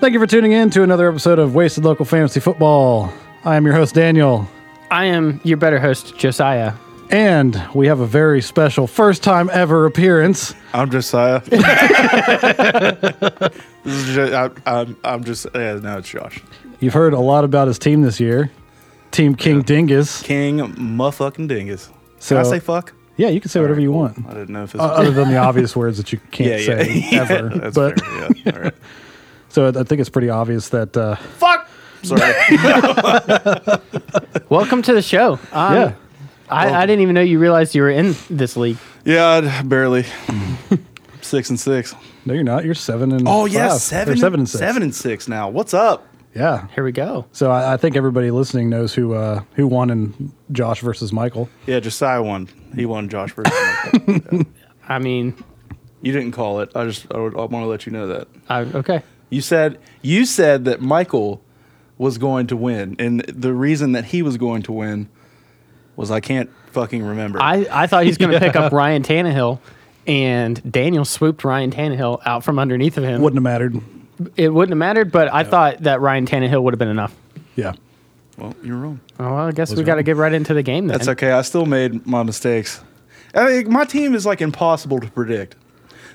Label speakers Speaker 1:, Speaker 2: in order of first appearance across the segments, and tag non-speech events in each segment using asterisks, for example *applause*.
Speaker 1: Thank you for tuning in to another episode of Wasted Local Fantasy Football. I am your host, Daniel,
Speaker 2: I am your better host, Josiah.
Speaker 1: and we have a very special first time ever appearance.
Speaker 3: I'm Josiah. *laughs* this *laughs* is just, I, I'm, I'm just, yeah, now it's Josh.
Speaker 1: You've heard a lot about his team this year, Team King Dingus.
Speaker 3: King motherfucking dingus.
Speaker 1: So-
Speaker 3: So, Uh, Can I say fuck?
Speaker 1: Yeah, you can say whatever you want,
Speaker 3: I didn't know if it's.
Speaker 1: o- other than the obvious words that you
Speaker 3: *laughs* yeah,
Speaker 1: can't
Speaker 3: yeah.
Speaker 1: say
Speaker 3: yeah,
Speaker 1: ever.
Speaker 3: *laughs* That's
Speaker 1: but
Speaker 3: fair. Yeah. All right.
Speaker 1: so I think it's pretty obvious that uh,
Speaker 3: fuck! *laughs* Sorry.
Speaker 2: Welcome to the show. Um,
Speaker 1: yeah,
Speaker 2: I, I didn't even know you realized you were in this league.
Speaker 3: yeah, I'd barely. six and six.
Speaker 1: no, you're not. You're seven and
Speaker 3: Oh, yeah.
Speaker 1: five, or
Speaker 3: Seven,
Speaker 1: seven and six.
Speaker 3: Seven and six now. What's up?
Speaker 1: Yeah.
Speaker 2: Here we go.
Speaker 1: So I, I think everybody listening knows who uh, who won in Josh versus Michael.
Speaker 3: Yeah, Josiah won. He won Josh Burton.
Speaker 2: I mean,
Speaker 3: you didn't call it. I just, I, would, I want to let you know that.
Speaker 2: I, okay.
Speaker 3: You said you said that Michael was going to win, and the reason that he was going to win was I can't fucking remember.
Speaker 2: I, I thought he's
Speaker 3: *laughs*
Speaker 2: going to pick up Ryan Tannehill, and Daniel swooped Ryan Tannehill out from underneath of him.
Speaker 1: Wouldn't have mattered.
Speaker 2: It wouldn't have mattered, but I thought that Ryan Tannehill would have been enough.
Speaker 1: Yeah. *laughs*
Speaker 3: well, you're wrong.
Speaker 2: Oh, well, I guess we got to get right into the game then.
Speaker 3: That's okay. I still made my mistakes. I mean, my team is like impossible to predict.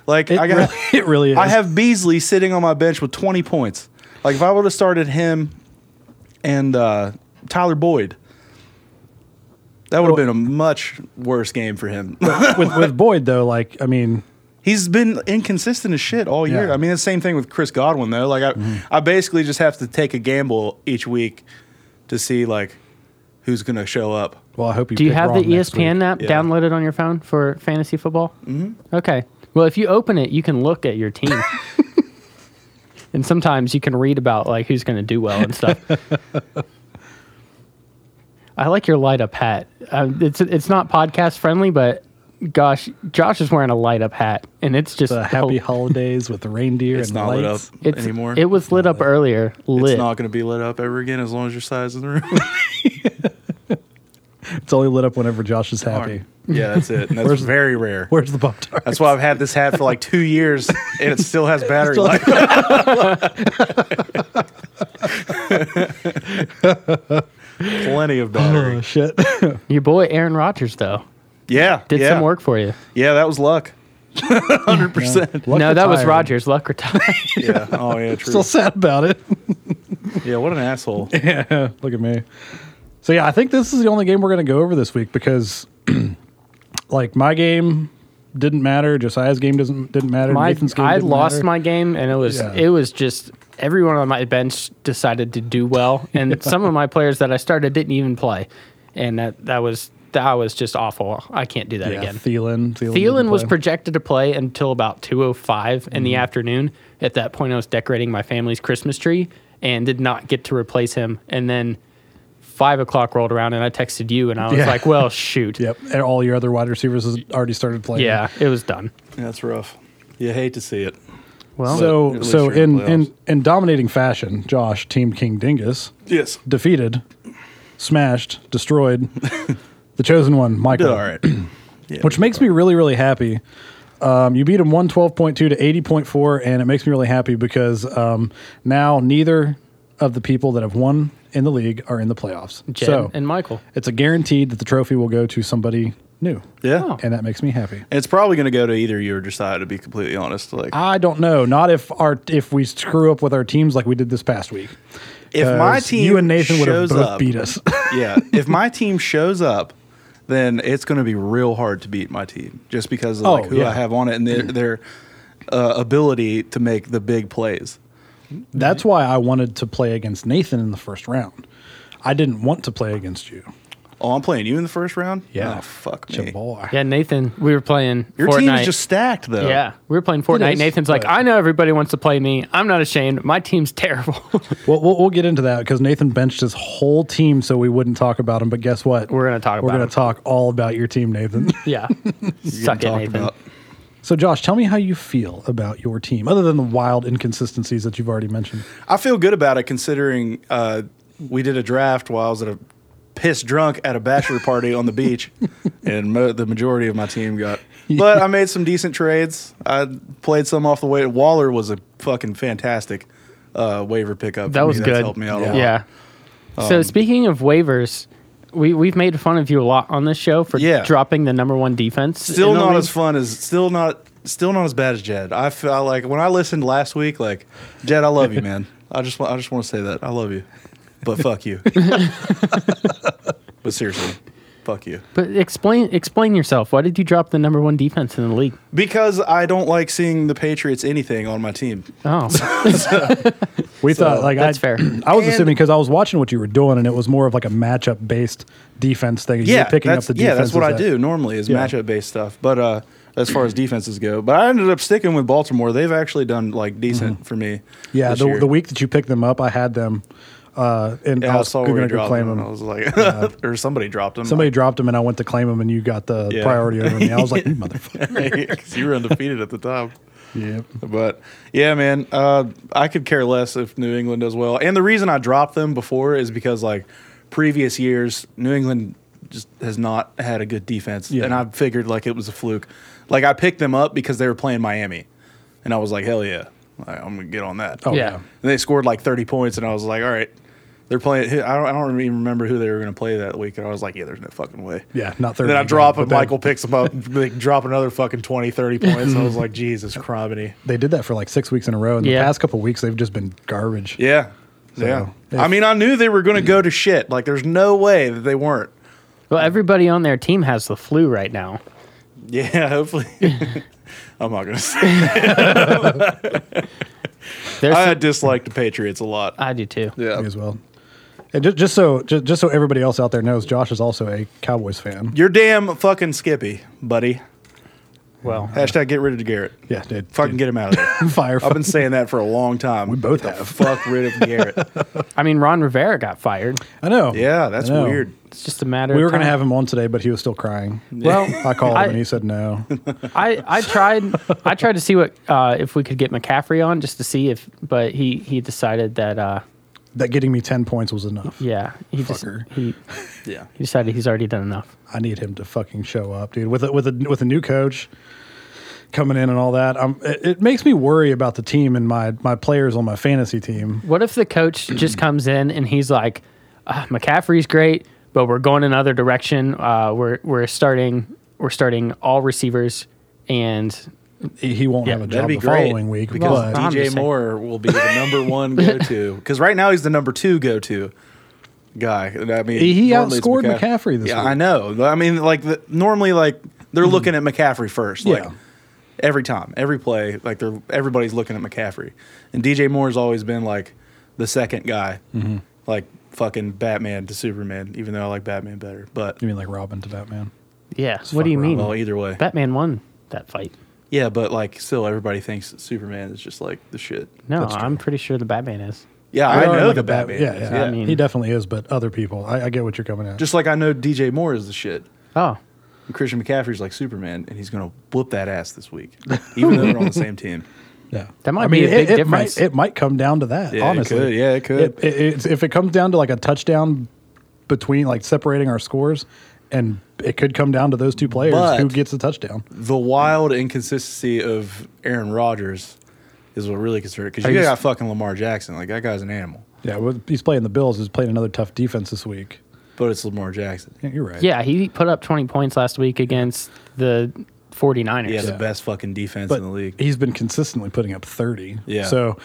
Speaker 3: Like
Speaker 1: It,
Speaker 3: I got,
Speaker 1: really, it really is.
Speaker 3: *laughs* I have Beasley sitting on my bench with 20 points. Like if I would have started him and uh, Tyler Boyd, that would have been a much worse game for him. *laughs*
Speaker 1: with, with Boyd though. Like I mean,
Speaker 3: He's been inconsistent as shit all year.
Speaker 1: Yeah.
Speaker 3: I mean, it's the same thing with Chris Godwin though. Like I,
Speaker 2: Mm-hmm.
Speaker 3: I basically just have to take a gamble each week to see like who's gonna show up.
Speaker 1: well, I hope you.
Speaker 2: Do you
Speaker 1: pick
Speaker 2: have the E
Speaker 1: wrong next
Speaker 2: ESPN
Speaker 1: week.
Speaker 2: app
Speaker 3: Yeah.
Speaker 2: downloaded on your phone for fantasy football? Mm-hmm. Okay. Well, if you open it, you can look at your team. and sometimes you can read about like who's going to do well and stuff. I like your light up hat. Um, it's it's not podcast friendly, but gosh, Josh is wearing a light up hat, and it's just *laughs*
Speaker 1: The happy
Speaker 2: hol-
Speaker 1: holidays with the reindeer
Speaker 3: It's
Speaker 1: and
Speaker 3: not
Speaker 1: lights.
Speaker 3: lit up
Speaker 2: it's,
Speaker 3: anymore.
Speaker 2: It was lit up earlier. Lit.
Speaker 3: it's not gonna be lit up ever again as long as your size in the room.
Speaker 1: It's only lit up whenever Josh is happy.
Speaker 3: yeah, that's it. And that's
Speaker 1: Where's-
Speaker 3: very rare.
Speaker 1: Where's the pop tart?
Speaker 3: That's why I've had this hat for like two years and it still has battery
Speaker 1: Still-
Speaker 3: life. *laughs* Plenty of battery.
Speaker 2: *laughs*
Speaker 1: Oh shit!
Speaker 2: Your boy Aaron Rodgers though
Speaker 3: Yeah,
Speaker 2: did
Speaker 3: yeah.
Speaker 2: some work for you.
Speaker 3: Yeah, that was luck. *laughs* Hundred *laughs* percent.
Speaker 1: Luck
Speaker 2: no, that was
Speaker 1: retired.
Speaker 2: Rodgers. Luck retired.
Speaker 3: Yeah. Oh yeah. True.
Speaker 1: Still sad about it. *laughs*
Speaker 3: yeah. What an asshole.
Speaker 1: yeah, look at me. So yeah, I think this is the only game we're going to go over this week because, *clears throat* like, my game didn't matter. Josiah's game doesn't didn't matter.
Speaker 2: my,
Speaker 1: Nathan's game
Speaker 2: I
Speaker 1: didn't
Speaker 2: lost
Speaker 1: matter.
Speaker 2: my game, and it was
Speaker 1: Yeah.
Speaker 2: it was just everyone on my bench decided to do
Speaker 1: *laughs*
Speaker 2: well, and some of my players that I started didn't even play, and that that was that was just awful. I can't do that
Speaker 1: yeah,
Speaker 2: again.
Speaker 1: Thielen. Thielen,
Speaker 2: Thielen
Speaker 1: didn't
Speaker 2: was
Speaker 1: play. Mm-hmm.
Speaker 2: projected to play until about 2:05 in the afternoon. At that point, I was decorating my family's Christmas tree and did not get to replace him. And then five o'clock rolled around, and I texted you, and I was
Speaker 1: *laughs* Yeah.
Speaker 2: like, "Well, shoot,
Speaker 1: Yep, and all your other wide receivers has already started playing.
Speaker 2: yeah, it was done."
Speaker 3: That's rough. You hate to see it.
Speaker 2: Well,
Speaker 1: So
Speaker 3: At least
Speaker 1: so
Speaker 3: you're in
Speaker 1: in,
Speaker 3: the
Speaker 1: in
Speaker 3: playoffs.
Speaker 1: in dominating fashion, Josh, Team King Dingus,
Speaker 3: Yes.
Speaker 1: defeated, smashed,
Speaker 3: *laughs*
Speaker 1: destroyed. the chosen one, Michael.
Speaker 3: Did *clears throat* all right. Yeah,
Speaker 1: Which makes me really, really happy. Um, you beat him 112.2 to 80.4, and it makes me really happy because um, now neither of the people that have won in the league are in the playoffs.
Speaker 2: Jen
Speaker 1: so
Speaker 2: and Michael.
Speaker 1: it's a guaranteed that the trophy will go to somebody new,
Speaker 3: Yeah.
Speaker 2: Oh.
Speaker 1: and that makes me happy.
Speaker 3: It's probably going to go to either you or Josiah. To be completely honest, like
Speaker 1: I don't know. Not if our if we screw up with our teams like we did this past week.
Speaker 3: if my
Speaker 1: 'Cause
Speaker 3: team
Speaker 1: you and Nathan would have
Speaker 3: shows
Speaker 1: both
Speaker 3: up,
Speaker 1: beat us.
Speaker 3: *laughs*
Speaker 1: *laughs*
Speaker 3: yeah. If my team shows up, then it's going to be real hard to beat my team just because of like
Speaker 1: Oh,
Speaker 3: who
Speaker 1: yeah.
Speaker 3: I have on it and their, their uh, ability to make the big plays.
Speaker 1: That's why I wanted to play against Nathan in the first round. I didn't want to play against you.
Speaker 3: Oh, I'm playing you in the first round.
Speaker 1: Yeah.
Speaker 3: Oh, fuck me.
Speaker 1: Jabbar.
Speaker 2: Yeah, Nathan, we were playing
Speaker 3: Your
Speaker 2: Fortnite.
Speaker 3: team is just stacked though.
Speaker 2: yeah, we were playing Fortnite.
Speaker 1: is,
Speaker 2: Nathan's like,
Speaker 1: but-
Speaker 2: I know everybody wants to play me. I'm not ashamed. My team's *laughs*
Speaker 3: *laughs*
Speaker 2: terrible.
Speaker 1: Well, we'll, we'll get into that because Nathan benched his whole team so we wouldn't talk about him. But guess what?
Speaker 2: We're gonna talk
Speaker 1: We're
Speaker 2: about
Speaker 1: gonna
Speaker 2: him.
Speaker 1: talk all about your team, Nathan. *laughs*
Speaker 2: yeah,
Speaker 3: You're
Speaker 2: suck it,
Speaker 3: talked
Speaker 2: Nathan.
Speaker 3: about.
Speaker 1: so, Josh, tell me how you feel about your team, other than the wild inconsistencies that you've already mentioned.
Speaker 3: I feel good about it considering uh, we did a draft while I was at a piss drunk at a bachelor party on
Speaker 2: *laughs*
Speaker 3: the beach, and mo- the majority of my team got. But I made some decent trades. I played some off the way. Waller was a fucking fantastic uh, waiver pickup.
Speaker 2: That
Speaker 3: for
Speaker 2: was
Speaker 3: me.
Speaker 2: good.
Speaker 3: That's helped me out a lot. Um,
Speaker 2: Yeah. so speaking of waivers, we we've made fun of you a lot on this show for
Speaker 3: Yeah.
Speaker 2: dropping the number one defense.
Speaker 3: Still
Speaker 2: in the
Speaker 3: not
Speaker 2: league.
Speaker 3: as fun as still not still not as bad as Jed. I feel like when I listened last week, like Jed, I
Speaker 2: *laughs*
Speaker 3: love you, man. I just wa- I just want to say that I love you, but
Speaker 2: *laughs*
Speaker 3: fuck you. but seriously, fuck you.
Speaker 2: But explain explain yourself. Why did you drop the number one defense in the
Speaker 3: *laughs*
Speaker 2: league?
Speaker 3: Because I don't like seeing the Patriots anything on my team.
Speaker 2: Oh,
Speaker 1: We thought like
Speaker 2: that's
Speaker 1: I,
Speaker 2: fair.
Speaker 1: *clears throat* I was
Speaker 3: And-
Speaker 1: assuming because I was watching what you were doing, and it was more of like a matchup based defense thing. You were
Speaker 3: yeah,
Speaker 1: picking up
Speaker 3: that's,
Speaker 1: the defense.
Speaker 3: yeah, that's what I do normally is
Speaker 1: Yeah.
Speaker 3: matchup based stuff. But uh, as far as defenses go, but I ended up sticking with Baltimore. They've actually done like decent for me.
Speaker 1: Mm-hmm. Yeah,
Speaker 3: this
Speaker 1: the,
Speaker 3: year.
Speaker 1: the week that you picked them up, I had them, uh, and
Speaker 3: Yeah,
Speaker 1: I
Speaker 3: I
Speaker 1: was
Speaker 3: saw where
Speaker 1: going
Speaker 3: you
Speaker 1: to
Speaker 3: dropped
Speaker 1: claim
Speaker 3: them. and I
Speaker 1: them.
Speaker 3: was like, *laughs* or somebody dropped them. *laughs*
Speaker 1: Somebody dropped them, and I went to claim them, and you got the
Speaker 3: Yeah.
Speaker 1: priority over me. I was
Speaker 3: *laughs*
Speaker 1: like, you motherfucker.
Speaker 3: because you were undefeated at the time.
Speaker 1: Yep.
Speaker 3: But yeah, man, uh, I could care less if New England does well. And the reason I dropped them before is because like previous years, New England just has not had a good defense,
Speaker 1: Yeah.
Speaker 3: and I figured like it was a fluke. Like I picked them up because they were playing Miami, and I was like, hell yeah, Like, I'm gonna get on that.
Speaker 1: Oh,
Speaker 2: yeah.
Speaker 1: yeah.
Speaker 3: And they scored like 30 points, and I was like, all right. They're playing. who- I don't, I don't even remember who they were going to play that week, and I was like, "Yeah, there's no fucking way."
Speaker 1: Yeah, not
Speaker 3: And
Speaker 1: 30.
Speaker 3: then I
Speaker 1: but
Speaker 3: drop and
Speaker 1: then
Speaker 3: Michael picks him up, *laughs* they drop another fucking 20, 30 points.
Speaker 1: *laughs*
Speaker 3: I was like, Jesus criminy.
Speaker 1: They did that for like six weeks in a row. And the
Speaker 2: Yeah.
Speaker 1: past couple weeks, they've just been garbage.
Speaker 3: Yeah. yeah.
Speaker 1: if-
Speaker 3: I mean, I knew they were going to go to shit. Like, there's no way that they weren't. *laughs*
Speaker 2: Well, everybody on their team has the flu right now.
Speaker 3: Yeah, hopefully. I'm not going to say.
Speaker 2: There's
Speaker 3: I
Speaker 2: some-
Speaker 3: dislike the Patriots a lot.
Speaker 2: I do too.
Speaker 3: Yeah.
Speaker 1: Me as well. And just, just so just, just so everybody else out there knows, Josh is also a Cowboys fan.
Speaker 3: You're damn fucking Skippy, buddy.
Speaker 2: Well,
Speaker 3: Hashtag get rid of Garrett.
Speaker 1: Yeah, dude.
Speaker 3: Fucking get him out of
Speaker 1: *laughs*
Speaker 3: there.
Speaker 1: fire.
Speaker 3: I've been saying that for a long time. We
Speaker 1: both
Speaker 3: get the
Speaker 1: have.
Speaker 3: fuck rid of Garrett.
Speaker 2: I mean, Ron Rivera got fired.
Speaker 1: I know.
Speaker 3: Yeah, that's
Speaker 1: I know.
Speaker 3: weird.
Speaker 2: It's just a matter.
Speaker 1: We
Speaker 2: of
Speaker 1: were going to
Speaker 2: time.
Speaker 1: have him on today, but he was still crying.
Speaker 2: Well,
Speaker 1: I called
Speaker 2: I-
Speaker 1: him and he said no.
Speaker 2: I, I tried I tried to see what uh, if we could get McCaffrey on just to see if, but he he decided that uh,
Speaker 1: that getting me 10 points was enough.
Speaker 2: yeah he just
Speaker 1: Fucker.
Speaker 2: he,
Speaker 3: Yeah.
Speaker 2: he decided he's already done enough.
Speaker 1: I need him to fucking show up, dude. With a, with a with a new coach coming in and all that, i it, it makes me worry about the team and my my players on my fantasy team.
Speaker 2: What if the coach
Speaker 1: Mm.
Speaker 2: just comes in and he's like, uh, McCaffrey's great, but we're going another direction. Uh, we're we're starting we're starting all receivers and
Speaker 1: He, he won't
Speaker 2: Yeah,
Speaker 1: have a
Speaker 3: That'd
Speaker 1: job
Speaker 3: be
Speaker 1: the
Speaker 3: great
Speaker 1: following week
Speaker 3: because
Speaker 2: Well, I'm
Speaker 3: DJ
Speaker 2: just saying-
Speaker 3: Moore will be the *laughs* number one go to. Because right now he's the number two go to guy. And I mean,
Speaker 1: He- he
Speaker 3: normally it's
Speaker 1: outscored McCaffrey this
Speaker 3: yeah,
Speaker 1: week. Mm-hmm.
Speaker 3: I know. I mean, like the, normally, like they're looking at McCaffrey first. Like
Speaker 1: Yeah.
Speaker 3: every time, every play, like they're everybody's looking at McCaffrey, and DJ Moore's always been like the second guy,
Speaker 1: Mm-hmm.
Speaker 3: like fucking Batman to Superman. Even though I like Batman better, but
Speaker 1: You mean like Robin to Batman?
Speaker 2: yeah. what do you
Speaker 1: fuck around.
Speaker 2: mean?
Speaker 3: well, either way,
Speaker 2: Batman won that fight.
Speaker 3: yeah. But like, still, everybody thinks Superman is just like the shit.
Speaker 2: No, I'm pretty sure the Batman is.
Speaker 3: Yeah, I
Speaker 1: They are
Speaker 3: know
Speaker 1: like
Speaker 3: the
Speaker 1: a Bat-
Speaker 3: Batman.
Speaker 1: Yeah,
Speaker 3: is,
Speaker 1: yeah.
Speaker 2: I mean-
Speaker 1: he definitely is, but other people, I, I get what you're coming at.
Speaker 3: Just like I know DJ Moore is the shit.
Speaker 2: Oh,
Speaker 3: And Christian McCaffrey's like Superman, and he's gonna whoop that ass
Speaker 1: *laughs*
Speaker 3: this week, even though they're on the same team.
Speaker 1: yeah,
Speaker 2: That might
Speaker 1: I
Speaker 2: be
Speaker 1: mean,
Speaker 2: a big
Speaker 1: it, it
Speaker 2: difference.
Speaker 1: Might, it might come down to that.
Speaker 3: Yeah, it
Speaker 1: honestly,
Speaker 3: could. Yeah, it could.
Speaker 1: It, it- it's, if it comes down to like a touchdown between like separating our scores, and it could come down to those two players
Speaker 3: But-
Speaker 1: who gets the touchdown.
Speaker 3: The wild inconsistency of Aaron Rodgers is what really concerns because you
Speaker 1: you
Speaker 3: got fucking Lamar Jackson. Like that guy's an animal,
Speaker 1: Yeah, well, he's playing the Bills. He's playing another tough defense this week.
Speaker 3: but it's Lamar Jackson.
Speaker 1: Yeah, you're right.
Speaker 2: yeah, he put up 20 points last week against the 49ers.
Speaker 3: He has
Speaker 1: Yeah.
Speaker 3: the best fucking defense
Speaker 1: but
Speaker 3: in the league.
Speaker 1: he's been consistently putting up 30.
Speaker 3: Yeah.
Speaker 1: So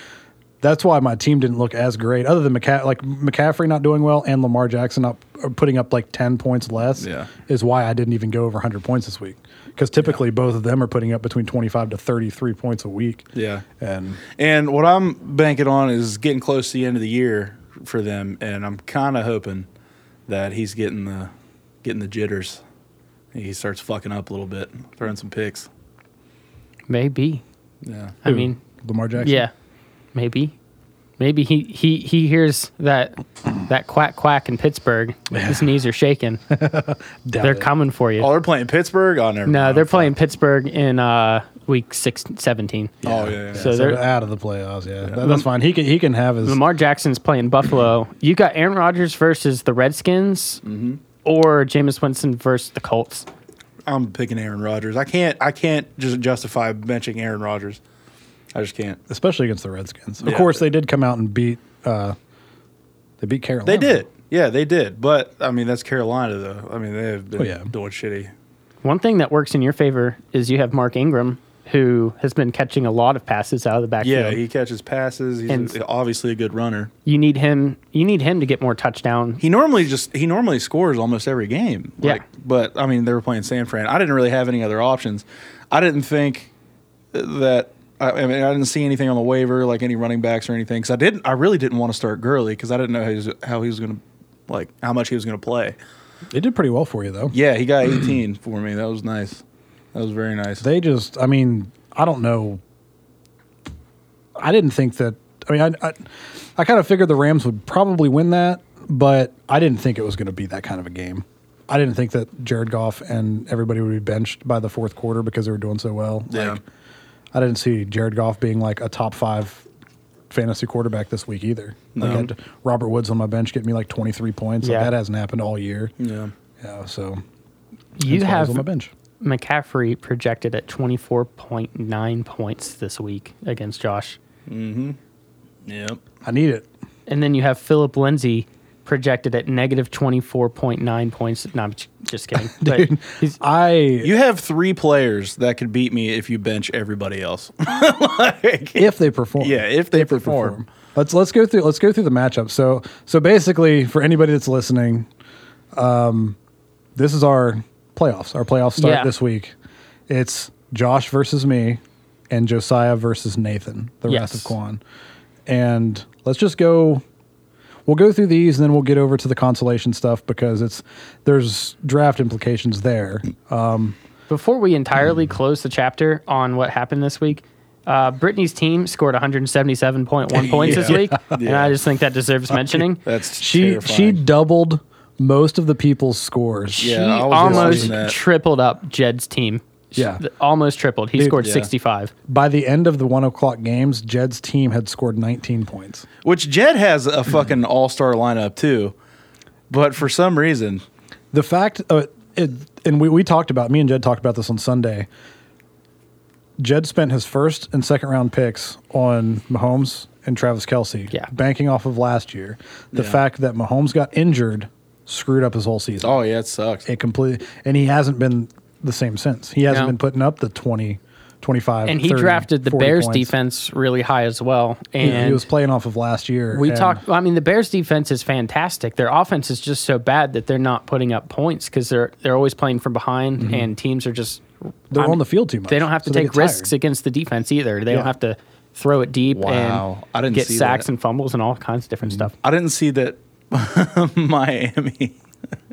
Speaker 1: that's why my team didn't look as great, other than McCa- like McCaffrey not doing well and Lamar Jackson not or putting up like 10 points less.
Speaker 3: Yeah.
Speaker 1: Is why I didn't even go over 100 points this week because typically both of them are putting up between 25 to 33 points a week.
Speaker 3: Yeah,
Speaker 1: And
Speaker 3: and what I'm banking on is getting close to the end of the year for them, and I'm kind of hoping that he's getting the getting the jitters. He starts fucking up a little bit, throwing some picks.
Speaker 2: Maybe.
Speaker 3: Yeah.
Speaker 2: I mean,
Speaker 1: Lamar Jackson.
Speaker 2: yeah, maybe. Maybe he, he, he hears that that quack quack in Pittsburgh. His knees are shaking.
Speaker 1: Doubt
Speaker 2: they're
Speaker 1: it.
Speaker 2: coming for you.
Speaker 3: Oh, they're playing Pittsburgh. Oh, never
Speaker 2: no,
Speaker 3: mind.
Speaker 2: they're playing Pittsburgh in uh, week six, 17.
Speaker 3: Oh yeah. yeah.
Speaker 2: So
Speaker 1: So
Speaker 2: they're-
Speaker 1: they're out of the playoffs. Yeah. That- that's fine. He can he can have his.
Speaker 2: Lamar Jackson's playing Buffalo. You got Aaron Rodgers versus the Redskins
Speaker 3: Mm-hmm.
Speaker 2: or Jameis Winston versus the Colts.
Speaker 3: I'm picking Aaron Rodgers. I can't. I can't just justify benching Aaron Rodgers. I just can't.
Speaker 1: especially against the Redskins. Of
Speaker 3: Yeah.
Speaker 1: course, they did come out and beat. Uh, they beat Carolina.
Speaker 3: They did. Yeah, they did. But I mean, that's Carolina though. I mean, they have been
Speaker 1: Oh, yeah.
Speaker 3: doing shitty.
Speaker 2: One thing that works in your favor is you have Mark Ingram, who has been catching a lot of passes out of the
Speaker 3: Yeah,
Speaker 2: backfield.
Speaker 3: he catches passes. He's
Speaker 2: And-
Speaker 3: a- obviously a good runner.
Speaker 2: you need him. You need him to get more touchdown.
Speaker 3: He normally just he normally scores almost every game.
Speaker 2: Yeah.
Speaker 3: but I mean, they were playing San Fran. I didn't really have any other options. I didn't think that. I I mean, I didn't see anything on the waiver, like any running backs or anything, because I didn't. I really didn't want to start Gurley because I didn't know how he was, how he was going to, like, how much he was going to play.
Speaker 1: They did pretty well for you though.
Speaker 3: Yeah, he *clears throat* got 18 for me. That was nice. That was very nice.
Speaker 1: They just. I mean, I don't know. I didn't think that. I mean, I, I, I kind of figured the Rams would probably win that, but I didn't think it was going to be that kind of a game. I didn't think that Jared Goff and everybody would be benched by the fourth quarter because they were doing so well.
Speaker 3: Yeah.
Speaker 1: Like, I didn't see Jared Goff being like a top five fantasy quarterback this week either. Like, I had Robert Woods on my bench getting me like 23 points. Like,
Speaker 2: Yeah.
Speaker 1: that hasn't happened all year.
Speaker 3: yeah.
Speaker 1: Yeah, so
Speaker 2: You
Speaker 1: that's why I was
Speaker 2: have
Speaker 1: on my bench.
Speaker 2: McCaffrey projected at twenty four point nine points this week against Josh,
Speaker 3: Yep.
Speaker 1: I need it.
Speaker 2: and then you have Philip Lindsay projected at negative twenty four point nine points. No, I'm j-
Speaker 1: *laughs*
Speaker 2: just kidding. But he's,
Speaker 1: I
Speaker 3: You have three players that could beat me if you bench everybody else. Like,
Speaker 1: if they perform.
Speaker 3: *laughs* yeah, if they perform.
Speaker 1: Let's let's go through let's go through the matchup. So so basically for anybody that's listening, um, this is our playoffs. Our playoffs start
Speaker 2: Yeah.
Speaker 1: this week. It's Josh versus me, and Josiah versus Nathan, the
Speaker 2: Yes.
Speaker 1: rest of Quan. And let's just go. We'll go through these, and then we'll get over to the consolation stuff because it's there's draft implications there.
Speaker 2: Before we entirely
Speaker 1: Hmm.
Speaker 2: close the chapter on what happened this week, uh, Brittany's team
Speaker 1: *laughs*
Speaker 2: scored 177.1 points this
Speaker 3: Yeah.
Speaker 2: week, and I just think that deserves
Speaker 3: *laughs*
Speaker 2: mentioning.
Speaker 3: That's
Speaker 1: She she
Speaker 3: terrifying. doubled.
Speaker 1: doubled most of the people's scores.
Speaker 2: She
Speaker 3: Yeah, I was
Speaker 2: almost
Speaker 3: watching that.
Speaker 2: tripled up Jed's team. She-
Speaker 1: Yeah.
Speaker 2: th- almost tripled. He scored
Speaker 3: yeah.
Speaker 2: 65.
Speaker 1: By the end of the one o'clock games, Jed's team had scored 19 points.
Speaker 3: Which Jed has a fucking all star lineup too, but for some reason,
Speaker 1: The fact, uh, it, and we, we talked about, me and Jed talked about this on Sunday. Jed spent his first and second round picks on Mahomes and Travis Kelsey,
Speaker 2: Yeah.
Speaker 1: banking off of last year. The
Speaker 3: Yeah.
Speaker 1: fact that Mahomes got injured screwed up his whole season.
Speaker 3: oh yeah, it sucks.
Speaker 1: It completely, and he hasn't been the same since. He hasn't
Speaker 2: No.
Speaker 1: been putting up the 20, 25,
Speaker 2: And he
Speaker 1: 30,
Speaker 2: drafted the
Speaker 1: 40
Speaker 2: Bears
Speaker 1: points.
Speaker 2: defense really high as well.
Speaker 1: He,
Speaker 2: And
Speaker 1: he was playing off of last year.
Speaker 2: we
Speaker 1: and-
Speaker 2: talked, I mean, the Bears defense is fantastic. Their offense is just so bad that they're not putting up points because they're, they're always playing from behind, and teams are just.
Speaker 1: Mm-hmm. They're
Speaker 2: I'm-
Speaker 1: on the field too much.
Speaker 2: They don't have to
Speaker 1: so
Speaker 2: take
Speaker 1: get tired.
Speaker 2: risks against the defense either. They
Speaker 1: Yeah.
Speaker 2: don't have to throw it deep
Speaker 3: Wow.
Speaker 2: and
Speaker 3: I didn't
Speaker 2: get
Speaker 3: see
Speaker 2: sacks
Speaker 3: that.
Speaker 2: and fumbles and all kinds of
Speaker 1: Mm-hmm.
Speaker 2: different stuff.
Speaker 3: I didn't see that *laughs* Miami.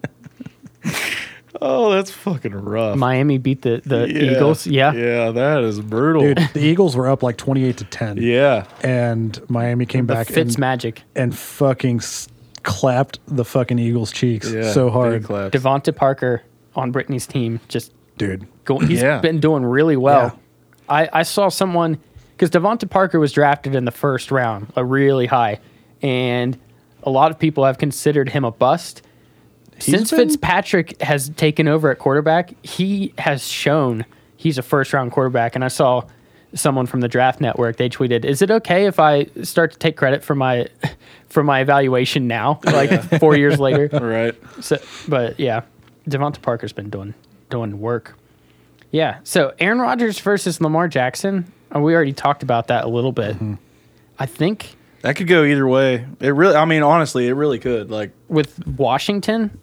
Speaker 3: *laughs* oh, that's fucking rough.
Speaker 2: Miami beat the, the
Speaker 3: Yeah.
Speaker 2: Eagles. Yeah.
Speaker 3: yeah, that is brutal.
Speaker 1: Dude, the Eagles were up like 28 to 10.
Speaker 3: Yeah,
Speaker 1: And Miami came
Speaker 2: The
Speaker 1: back
Speaker 2: Fitz
Speaker 1: and,
Speaker 2: magic.
Speaker 1: and fucking s- clapped the fucking Eagles' cheeks
Speaker 3: yeah,
Speaker 1: so
Speaker 3: big
Speaker 1: hard.
Speaker 3: claps.
Speaker 2: Devonta Parker on Brittany's team just
Speaker 1: Dude,
Speaker 2: go, He's
Speaker 3: Yeah.
Speaker 2: been doing really well.
Speaker 1: Yeah.
Speaker 2: I, I saw someone because Devonta Parker was drafted in the first round, a really high, and a lot of people have considered him a bust. Since
Speaker 1: been-
Speaker 2: Fitzpatrick has taken over at quarterback, he has shown he's a first round quarterback. And I saw someone from the draft network they tweeted is it okay if i start to take credit for my *laughs* for my evaluation now
Speaker 1: *laughs*
Speaker 2: like four years later
Speaker 3: All right.
Speaker 2: so, but yeah, Devonta Parker's been doing doing work. Yeah. So Aaron Rodgers versus Lamar Jackson. Uh, We already talked about that a little bit.
Speaker 1: Mm-hmm.
Speaker 2: I think
Speaker 3: That could go either way. It really, I mean, honestly, it really could. Like,
Speaker 2: with Washington,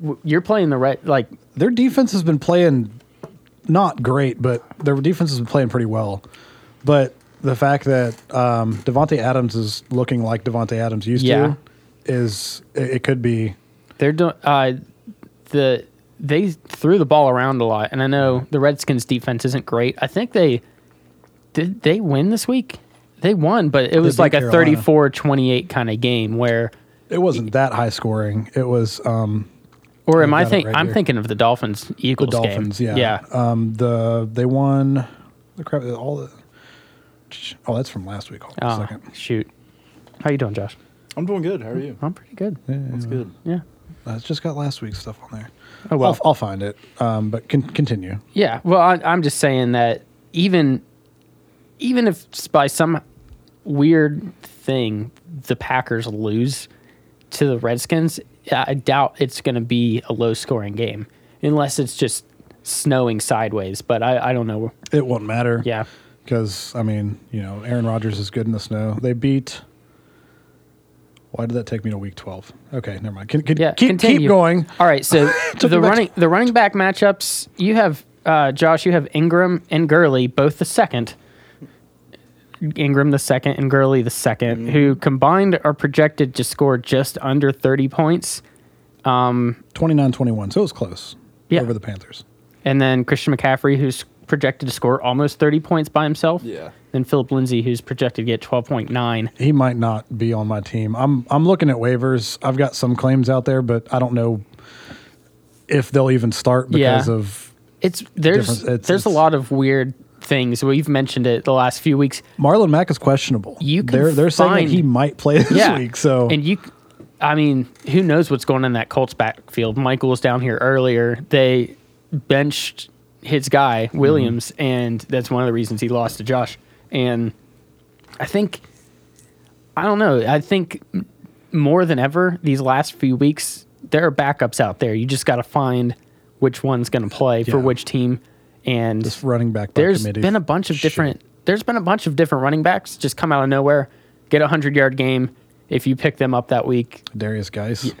Speaker 2: w- you're playing the right. Like
Speaker 1: their defense has been playing not great, but their defense has been playing pretty well. But the fact that um, Devontae Adams is looking like Devontae Adams used
Speaker 2: Yeah.
Speaker 1: to is, it, it could be.
Speaker 2: they're doing uh, the they threw the ball around a lot, and I know the Redskins defense isn't great. I think they did they win this week. They won, but it was
Speaker 1: beat
Speaker 2: like a
Speaker 1: Carolina.
Speaker 2: 34-28 kind of game where
Speaker 1: It wasn't that high scoring. It was um,
Speaker 2: Or am I
Speaker 1: got it
Speaker 2: think
Speaker 1: right
Speaker 2: I'm
Speaker 1: here.
Speaker 2: thinking of the Dolphins Eagles game.
Speaker 1: Dolphins, yeah.
Speaker 2: Yeah.
Speaker 1: Um, the they won the crap all the Oh, that's from last week. Hold on
Speaker 2: Ah,
Speaker 1: a second.
Speaker 2: shoot. How you doing, Josh?
Speaker 3: I'm doing good. How are you?
Speaker 2: I'm pretty good.
Speaker 3: That's good.
Speaker 2: Yeah.
Speaker 1: I just got last week's stuff on there.
Speaker 2: Oh, well.
Speaker 1: I'll, I'll find it. Um, but con- continue.
Speaker 2: Yeah. Well, I, I'm just saying that even even if s- by some weird thing the Packers lose to the Redskins, I doubt it's going to be a low scoring game unless it's just snowing sideways. But I, I don't know.
Speaker 1: It won't matter.
Speaker 2: Yeah.
Speaker 1: Because, I mean, you know, Aaron Rodgers is good in the snow. They beat. Why did that take me to week 12? Okay, never mind. Can, can,
Speaker 2: Yeah,
Speaker 1: keep, keep
Speaker 2: continue.
Speaker 1: going.
Speaker 2: All right, so
Speaker 1: *laughs* Took me
Speaker 2: the
Speaker 1: back
Speaker 2: running the running back matchups you have uh, Josh, you have Ingram and Gurley both the second. Ingram the second and Gurley the 2nd
Speaker 1: Mm-hmm.
Speaker 2: who combined are projected to score just under thirty points.
Speaker 1: 29 21. So it was close
Speaker 2: Yeah.
Speaker 1: over the Panthers.
Speaker 2: And then Christian McCaffrey, who's projected to score almost 30 points by himself.
Speaker 3: Yeah.
Speaker 2: Then Philip Lindsay, who's projected to get 12.9.
Speaker 1: He might not be on my team. I'm I'm looking at waivers. I've got some claims out there, but I don't know if they'll even start because
Speaker 2: Yeah.
Speaker 1: of
Speaker 2: It's there's
Speaker 1: Difference- it's-
Speaker 2: there's a
Speaker 1: it's-
Speaker 2: lot of weird things. We've mentioned it the last few weeks.
Speaker 1: Marlon Mack is questionable.
Speaker 2: You can
Speaker 1: they're they're saying
Speaker 2: find-
Speaker 1: that he might play this
Speaker 2: yeah.
Speaker 1: week. So
Speaker 2: and you, I mean, who knows what's going on in that Colts backfield? Michael was down here earlier. They benched his guy
Speaker 1: Mm-hmm.
Speaker 2: Williams, and that's one of the reasons he lost to Josh. And I think, I don't know. I think m- more than ever these last few weeks, there are backups out there. You just got to find which one's going to play for
Speaker 1: Yeah.
Speaker 2: which team. And
Speaker 1: this running back by
Speaker 2: there's
Speaker 1: committee.
Speaker 2: been a bunch of different there's been a bunch of different running backs just come out of nowhere get a 100 yard game if you pick them up that week
Speaker 1: Darius Geis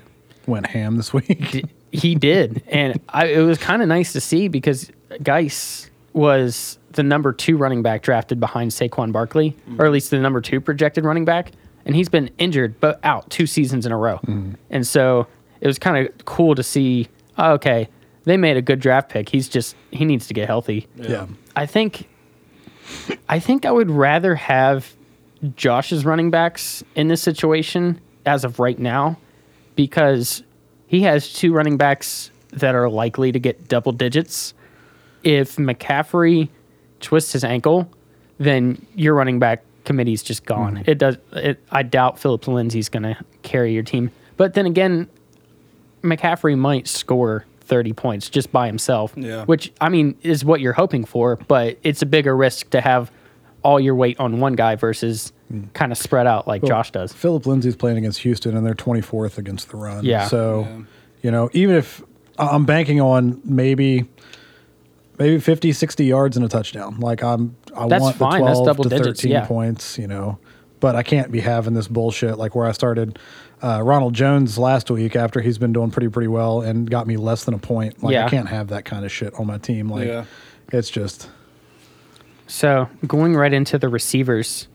Speaker 1: went ham this
Speaker 2: *laughs*
Speaker 1: week.
Speaker 2: D- he did and I, it was kind of nice to see because Geis was the number two running back drafted behind Saquon Barkley or at least the number two projected running back and he's been injured but out two seasons in a row and so it was kind of cool to see oh, okay they made a good draft pick he's just he needs to get healthy
Speaker 1: yeah.
Speaker 2: I think I think I would rather have Josh's running backs in this situation as of right now because he has two running backs that are likely to get double digits. If McCaffrey twists his ankle, then your running back committee's just gone. It does it, I doubt Philip Lindsay's going to carry your team. But then again, McCaffrey might score 30 points just by himself,
Speaker 3: Yeah.
Speaker 2: which I mean is what you're hoping for, but it's a bigger risk to have all your weight on one guy versus kind of spread out like Josh does.
Speaker 1: Philip Lindsay's playing against Houston, and they're 24th against the run.
Speaker 2: Yeah.
Speaker 1: So, you know, even if I- I'm banking on maybe maybe 50, 60 yards and a touchdown, like I'm, I
Speaker 2: That's
Speaker 1: want the
Speaker 2: fine.
Speaker 1: 12
Speaker 2: That's double
Speaker 1: to
Speaker 2: digits,
Speaker 1: 13
Speaker 2: yeah.
Speaker 1: points, you know, but I can't be having this bullshit like where I started uh, Ronald Jones last week after he's been doing pretty, pretty well and got me less than a point. Like,
Speaker 2: Yeah.
Speaker 1: I can't have that kind of shit on my team. Like,
Speaker 3: Yeah.
Speaker 1: it's just,
Speaker 2: So going right into the receivers,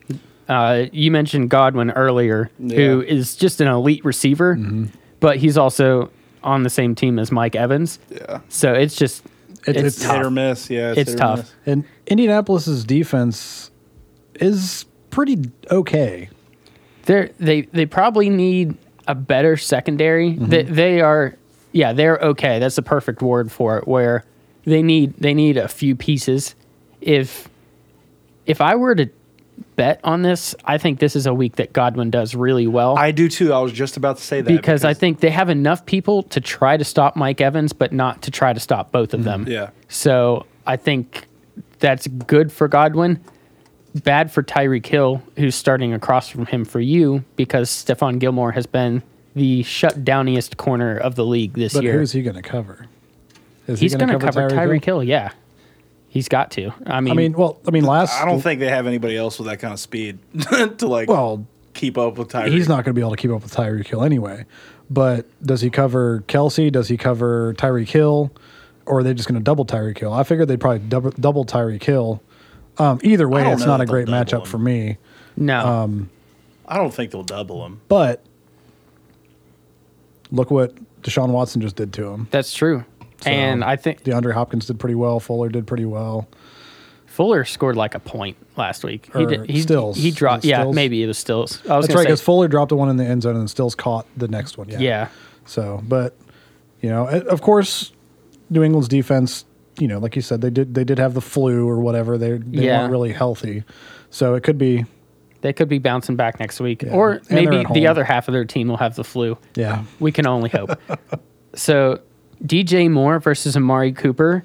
Speaker 2: uh, you mentioned Godwin earlier, who
Speaker 3: Yeah. Mm-hmm.
Speaker 2: is just an elite receiver, but he's also on the same team as Mike Evans.
Speaker 3: Yeah.
Speaker 2: So it's just
Speaker 1: It's-
Speaker 2: it's,
Speaker 1: it's
Speaker 2: tough.
Speaker 3: Hit or miss. Yeah.
Speaker 2: It's
Speaker 3: hit or
Speaker 2: tough.
Speaker 3: miss.
Speaker 1: and Indianapolis's defense is pretty okay.
Speaker 2: They're, they they probably need a better secondary. They, they are yeah they're okay. That's the perfect word for it. Where they need they need a few pieces. If if I were to bet on this, I think this is a week that Godwin does really well
Speaker 3: I do too. I was just about to say that
Speaker 2: because I think they have enough people to try to stop Mike Evans, but not to try to stop both of them.
Speaker 3: Mm-hmm. Yeah.
Speaker 2: So I think that's good for Godwin, bad for Tyreek Hill, who's starting across from him for you because Stephon Gilmore has been the shutdowniest corner of the league this
Speaker 1: But
Speaker 2: year.
Speaker 1: who's he going to cover? Is
Speaker 2: He's going to
Speaker 1: gonna
Speaker 2: cover, Tyreek Hill? Yeah. He's got to. I mean,
Speaker 1: I mean, well, I mean, last
Speaker 3: I don't think they have anybody else with that kind of speed *laughs* to like
Speaker 1: Well,
Speaker 3: keep up with Tyreek.
Speaker 1: he's not going to be able to keep up with Tyreek Hill anyway. But does he cover Kelsey? Does he cover Tyreek Hill? Or are they just going to double Tyreek Hill? I figured they'd probably double, double Tyreek Hill. Um, either
Speaker 3: I
Speaker 1: way,
Speaker 3: don't
Speaker 1: it's
Speaker 3: know
Speaker 1: not
Speaker 3: that
Speaker 1: a great
Speaker 3: they'll
Speaker 1: matchup
Speaker 3: double him.
Speaker 1: for me.
Speaker 2: no.
Speaker 1: um,
Speaker 3: I don't think they'll double him.
Speaker 1: But look what Deshaun Watson just did to him.
Speaker 2: that's true. and I think
Speaker 1: DeAndre Hopkins did pretty well. Fuller did pretty well.
Speaker 2: Fuller scored like a point last week.
Speaker 1: Or
Speaker 2: he did, he,
Speaker 1: Stills.
Speaker 2: He dropped.
Speaker 1: Was it
Speaker 2: Yeah,
Speaker 1: Stills?
Speaker 2: maybe it was Stills. I
Speaker 1: That's
Speaker 2: was gonna
Speaker 1: right, because
Speaker 2: say-
Speaker 1: Fuller dropped the one in the end zone and Stills caught the next one. Yeah.
Speaker 2: yeah.
Speaker 1: So, but you know, eh, of course, New England's defense. You know, like you said, they did they did have the flu or whatever. They they
Speaker 2: Yeah.
Speaker 1: weren't really healthy, so it could be
Speaker 2: They could be bouncing back next week, or
Speaker 1: And they're
Speaker 2: maybe
Speaker 1: at home.
Speaker 2: the other half of their team will have the flu.
Speaker 1: yeah.
Speaker 2: We can only hope.
Speaker 1: *laughs*
Speaker 2: so, DJ Moore versus Amari Cooper.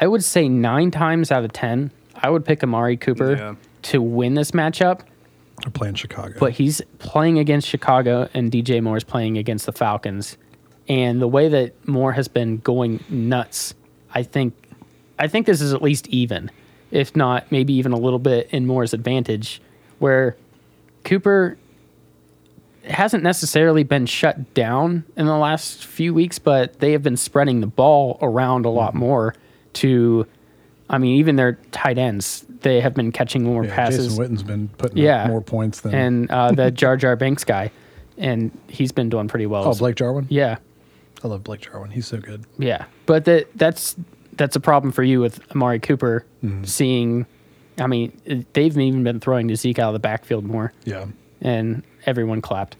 Speaker 2: I would say nine times out of ten, I would pick Amari Cooper
Speaker 3: Yeah.
Speaker 2: to win this matchup,
Speaker 1: They're playing Chicago.
Speaker 2: but he's playing against Chicago and DJ Moore is playing against the Falcons. And the way that Moore has been going nuts, I think I think this is at least even, if not maybe even a little bit in Moore's advantage, where Cooper hasn't necessarily been shut down in the last few weeks, but they have been spreading the ball around a lot
Speaker 1: Mm-hmm.
Speaker 2: more to I mean, even their tight ends, they have been catching more
Speaker 1: yeah,
Speaker 2: passes
Speaker 1: Jason Witten's been putting
Speaker 2: Yeah.
Speaker 1: up more points than
Speaker 2: and uh,
Speaker 1: *laughs*
Speaker 2: the Jar Jar Banks guy, and he's been doing pretty well.
Speaker 1: oh Blake Jarwin.
Speaker 2: Yeah,
Speaker 1: I love Blake Jarwin. He's so good.
Speaker 2: yeah, but that that's that's a problem for you with Amari Cooper
Speaker 1: Mm-hmm.
Speaker 2: seeing. I mean, it- they've even been throwing to Zeke out of the backfield more,
Speaker 1: Yeah,
Speaker 2: and everyone clapped.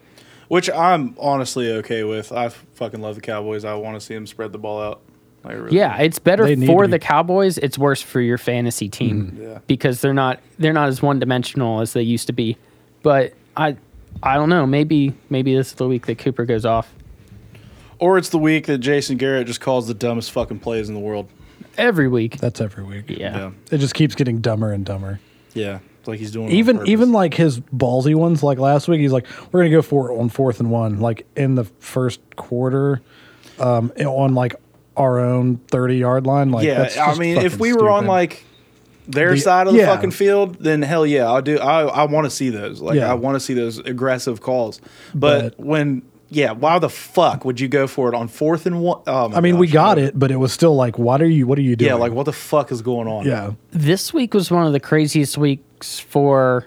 Speaker 3: which I'm honestly okay with. I fucking love the Cowboys. I want to see them spread the ball out. I really
Speaker 2: Yeah,
Speaker 3: do.
Speaker 2: it's better
Speaker 1: They need
Speaker 2: for
Speaker 1: to be- Mm-hmm.
Speaker 2: the Cowboys. It's worse for your fantasy team
Speaker 3: Yeah.
Speaker 2: because they're not they're not as one dimensional as they used to be. But I I don't know. Maybe maybe this is the week that Cooper goes off.
Speaker 3: Or it's the week that Jason Garrett just calls the dumbest fucking plays in the world.
Speaker 2: Every week,
Speaker 1: that's every week.
Speaker 2: yeah.
Speaker 3: Yeah.
Speaker 1: It just keeps getting dumber and dumber.
Speaker 3: Yeah. It's like he's doing it on
Speaker 1: Even
Speaker 3: purpose.
Speaker 1: even like his ballsy ones, like last week, he's like, "We're gonna go for it on fourth and one." Like in the first quarter, um, on like our own thirty yard line. Like,
Speaker 3: Yeah,
Speaker 1: that's
Speaker 3: I
Speaker 1: just
Speaker 3: mean, if
Speaker 1: fucking
Speaker 3: we were on
Speaker 1: stupid.
Speaker 3: like their
Speaker 1: The-
Speaker 3: side of the
Speaker 1: yeah.
Speaker 3: fucking field, then hell yeah, I'll do. I I want to see those. Like
Speaker 1: Yeah.
Speaker 3: I want to see those aggressive calls. But,
Speaker 1: But-
Speaker 3: when yeah, why the fuck would you go for it on fourth and one? Oh my
Speaker 1: I mean, we
Speaker 3: gosh,
Speaker 1: got
Speaker 3: no.
Speaker 1: it, but it was still like, "What are you? What are you doing?"
Speaker 3: Yeah, like what the fuck is going on?
Speaker 1: yeah,
Speaker 2: this week was one of the craziest weeks for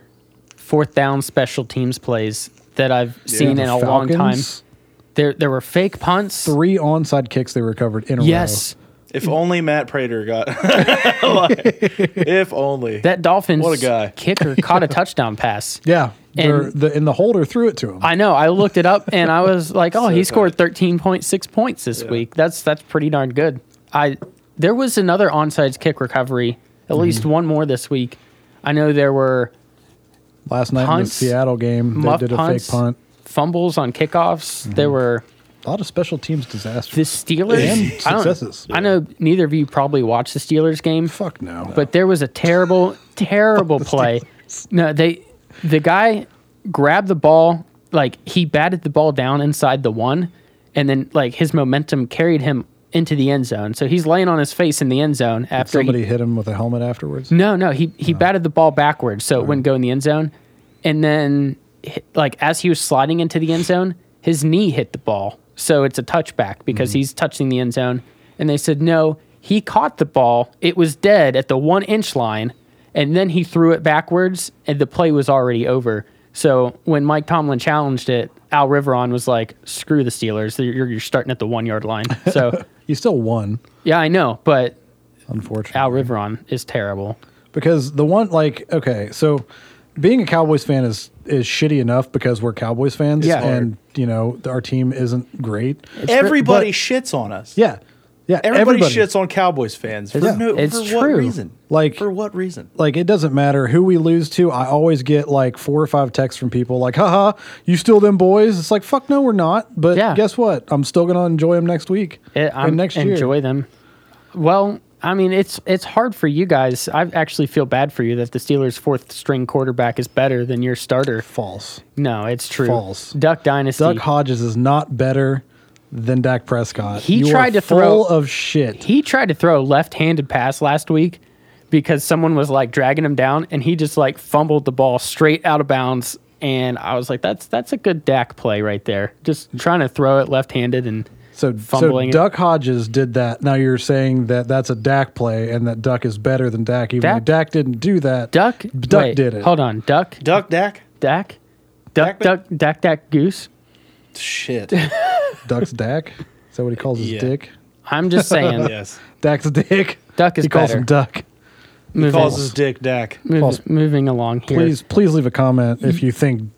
Speaker 2: fourth down special teams plays that I've seen
Speaker 1: The
Speaker 2: in a long time.
Speaker 1: Falcons,
Speaker 2: There, there were fake punts.
Speaker 1: Three onside kicks they recovered in a
Speaker 2: yes,
Speaker 3: If only Matt Prater got. *laughs* if only.
Speaker 2: that Dolphins
Speaker 3: What a guy. *laughs*
Speaker 2: kicker caught a touchdown pass.
Speaker 1: row. Yeah, they're-
Speaker 2: And-
Speaker 1: the, and the holder threw it to him.
Speaker 2: I know. I looked it up and I
Speaker 3: *laughs*
Speaker 2: was like, "Oh,
Speaker 3: So
Speaker 2: he scored thirteen point six points this week. That's that's pretty darn good." I there was another onside kick recovery, at
Speaker 3: Mm-hmm.
Speaker 2: least one more this week. I know there were
Speaker 1: Last night
Speaker 2: punts,
Speaker 1: in the Seattle game, they
Speaker 2: muff
Speaker 1: did a
Speaker 2: punts,
Speaker 1: fake punt.
Speaker 2: fumbles on kickoffs. There
Speaker 3: Mm-hmm.
Speaker 2: were
Speaker 1: A lot of special teams disasters.
Speaker 2: the Steelers
Speaker 1: And
Speaker 2: I don't-
Speaker 1: successes.
Speaker 2: I, know neither of you probably watched the Steelers game,
Speaker 1: Fuck no.
Speaker 2: but there was
Speaker 1: *laughs*
Speaker 2: a terrible, terrible play. No, they the guy grabbed the ball like he batted the ball down inside the one, and then like his momentum carried him into the end zone. So he's laying on his face in the end zone after he-
Speaker 1: somebody hit him with a helmet afterwards.
Speaker 2: no, no, he he batted the ball backwards, so it wouldn't go in the end zone. And then, hi- like as he was sliding into the end zone, his knee hit the ball, so it's a touchback because he's touching the end zone. And they said no, he caught the ball; it was dead at the one inch line, and then he threw it backwards, and the play was already over. So when Mike Tomlin challenged it, Al Riveron was like, "Screw the Steelers! You're, you're starting at the one yard line." So
Speaker 1: He still won,
Speaker 2: yeah, I know, but
Speaker 1: unfortunately.
Speaker 2: Al Riveron is terrible.
Speaker 1: because the one like okay, so being a Cowboys fan is is shitty enough because we're Cowboys fans
Speaker 2: Yeah.
Speaker 1: and you know our team isn't great.
Speaker 3: Everybody shits on us.
Speaker 1: Yeah. Yeah,
Speaker 3: Everybody,
Speaker 1: everybody,
Speaker 3: shits on Cowboys fans. For
Speaker 1: Yeah.
Speaker 3: no,
Speaker 2: It's
Speaker 3: for
Speaker 2: true.
Speaker 3: what reason?
Speaker 1: Like-
Speaker 3: for what reason?
Speaker 1: like it doesn't matter who we lose to. I always get like four or five texts from people like, "Haha, you still them boys?" It's like, "Fuck no, we're not." But
Speaker 2: Yeah.
Speaker 1: guess what? I'm still gonna enjoy them next week
Speaker 2: It,
Speaker 1: and
Speaker 2: i
Speaker 1: next year.
Speaker 2: enjoy them. Well, I mean, it's it's hard for you guys. I actually feel bad for you that the Steelers' fourth string quarterback is better than your starter.
Speaker 1: False.
Speaker 2: No, it's true.
Speaker 1: False.
Speaker 2: Duck Dynasty.
Speaker 1: Doug Hodges is not better than Dak Prescott.
Speaker 2: He
Speaker 1: You are
Speaker 2: tried to
Speaker 1: full
Speaker 2: throw-
Speaker 1: of shit.
Speaker 2: he tried to throw a left-handed pass last week because someone was like dragging him down, and he just like fumbled the ball straight out of bounds. And I was like, that's that's a good Dak play right there. Just trying to throw it left-handed and
Speaker 1: So, so
Speaker 2: fumbling it.
Speaker 1: Duck Hodges did that. Now you're saying that that's a Dak play and that Duck is better than Dak, even
Speaker 2: Dak-
Speaker 1: though Dak didn't do that.
Speaker 2: Duck.
Speaker 1: Duck
Speaker 2: wait,
Speaker 1: did it.
Speaker 2: Hold on, Duck.
Speaker 3: Duck Dak.
Speaker 2: Dak. Duck.
Speaker 3: Dak-
Speaker 2: Duck. Duck. Duck. Goose.
Speaker 3: Shit.
Speaker 1: *laughs* Duck's Dak. Is that what he calls his
Speaker 3: Yeah.
Speaker 1: dick?
Speaker 2: I'm just
Speaker 3: *laughs*
Speaker 2: saying.
Speaker 3: yes.
Speaker 1: Dak's dick.
Speaker 2: Duck is
Speaker 1: he calls
Speaker 2: better.
Speaker 1: him Duck.
Speaker 2: Moving,
Speaker 3: Calls his dick Dak.
Speaker 2: move-
Speaker 1: false.
Speaker 2: moving along here.
Speaker 1: Please, please leave a comment if you think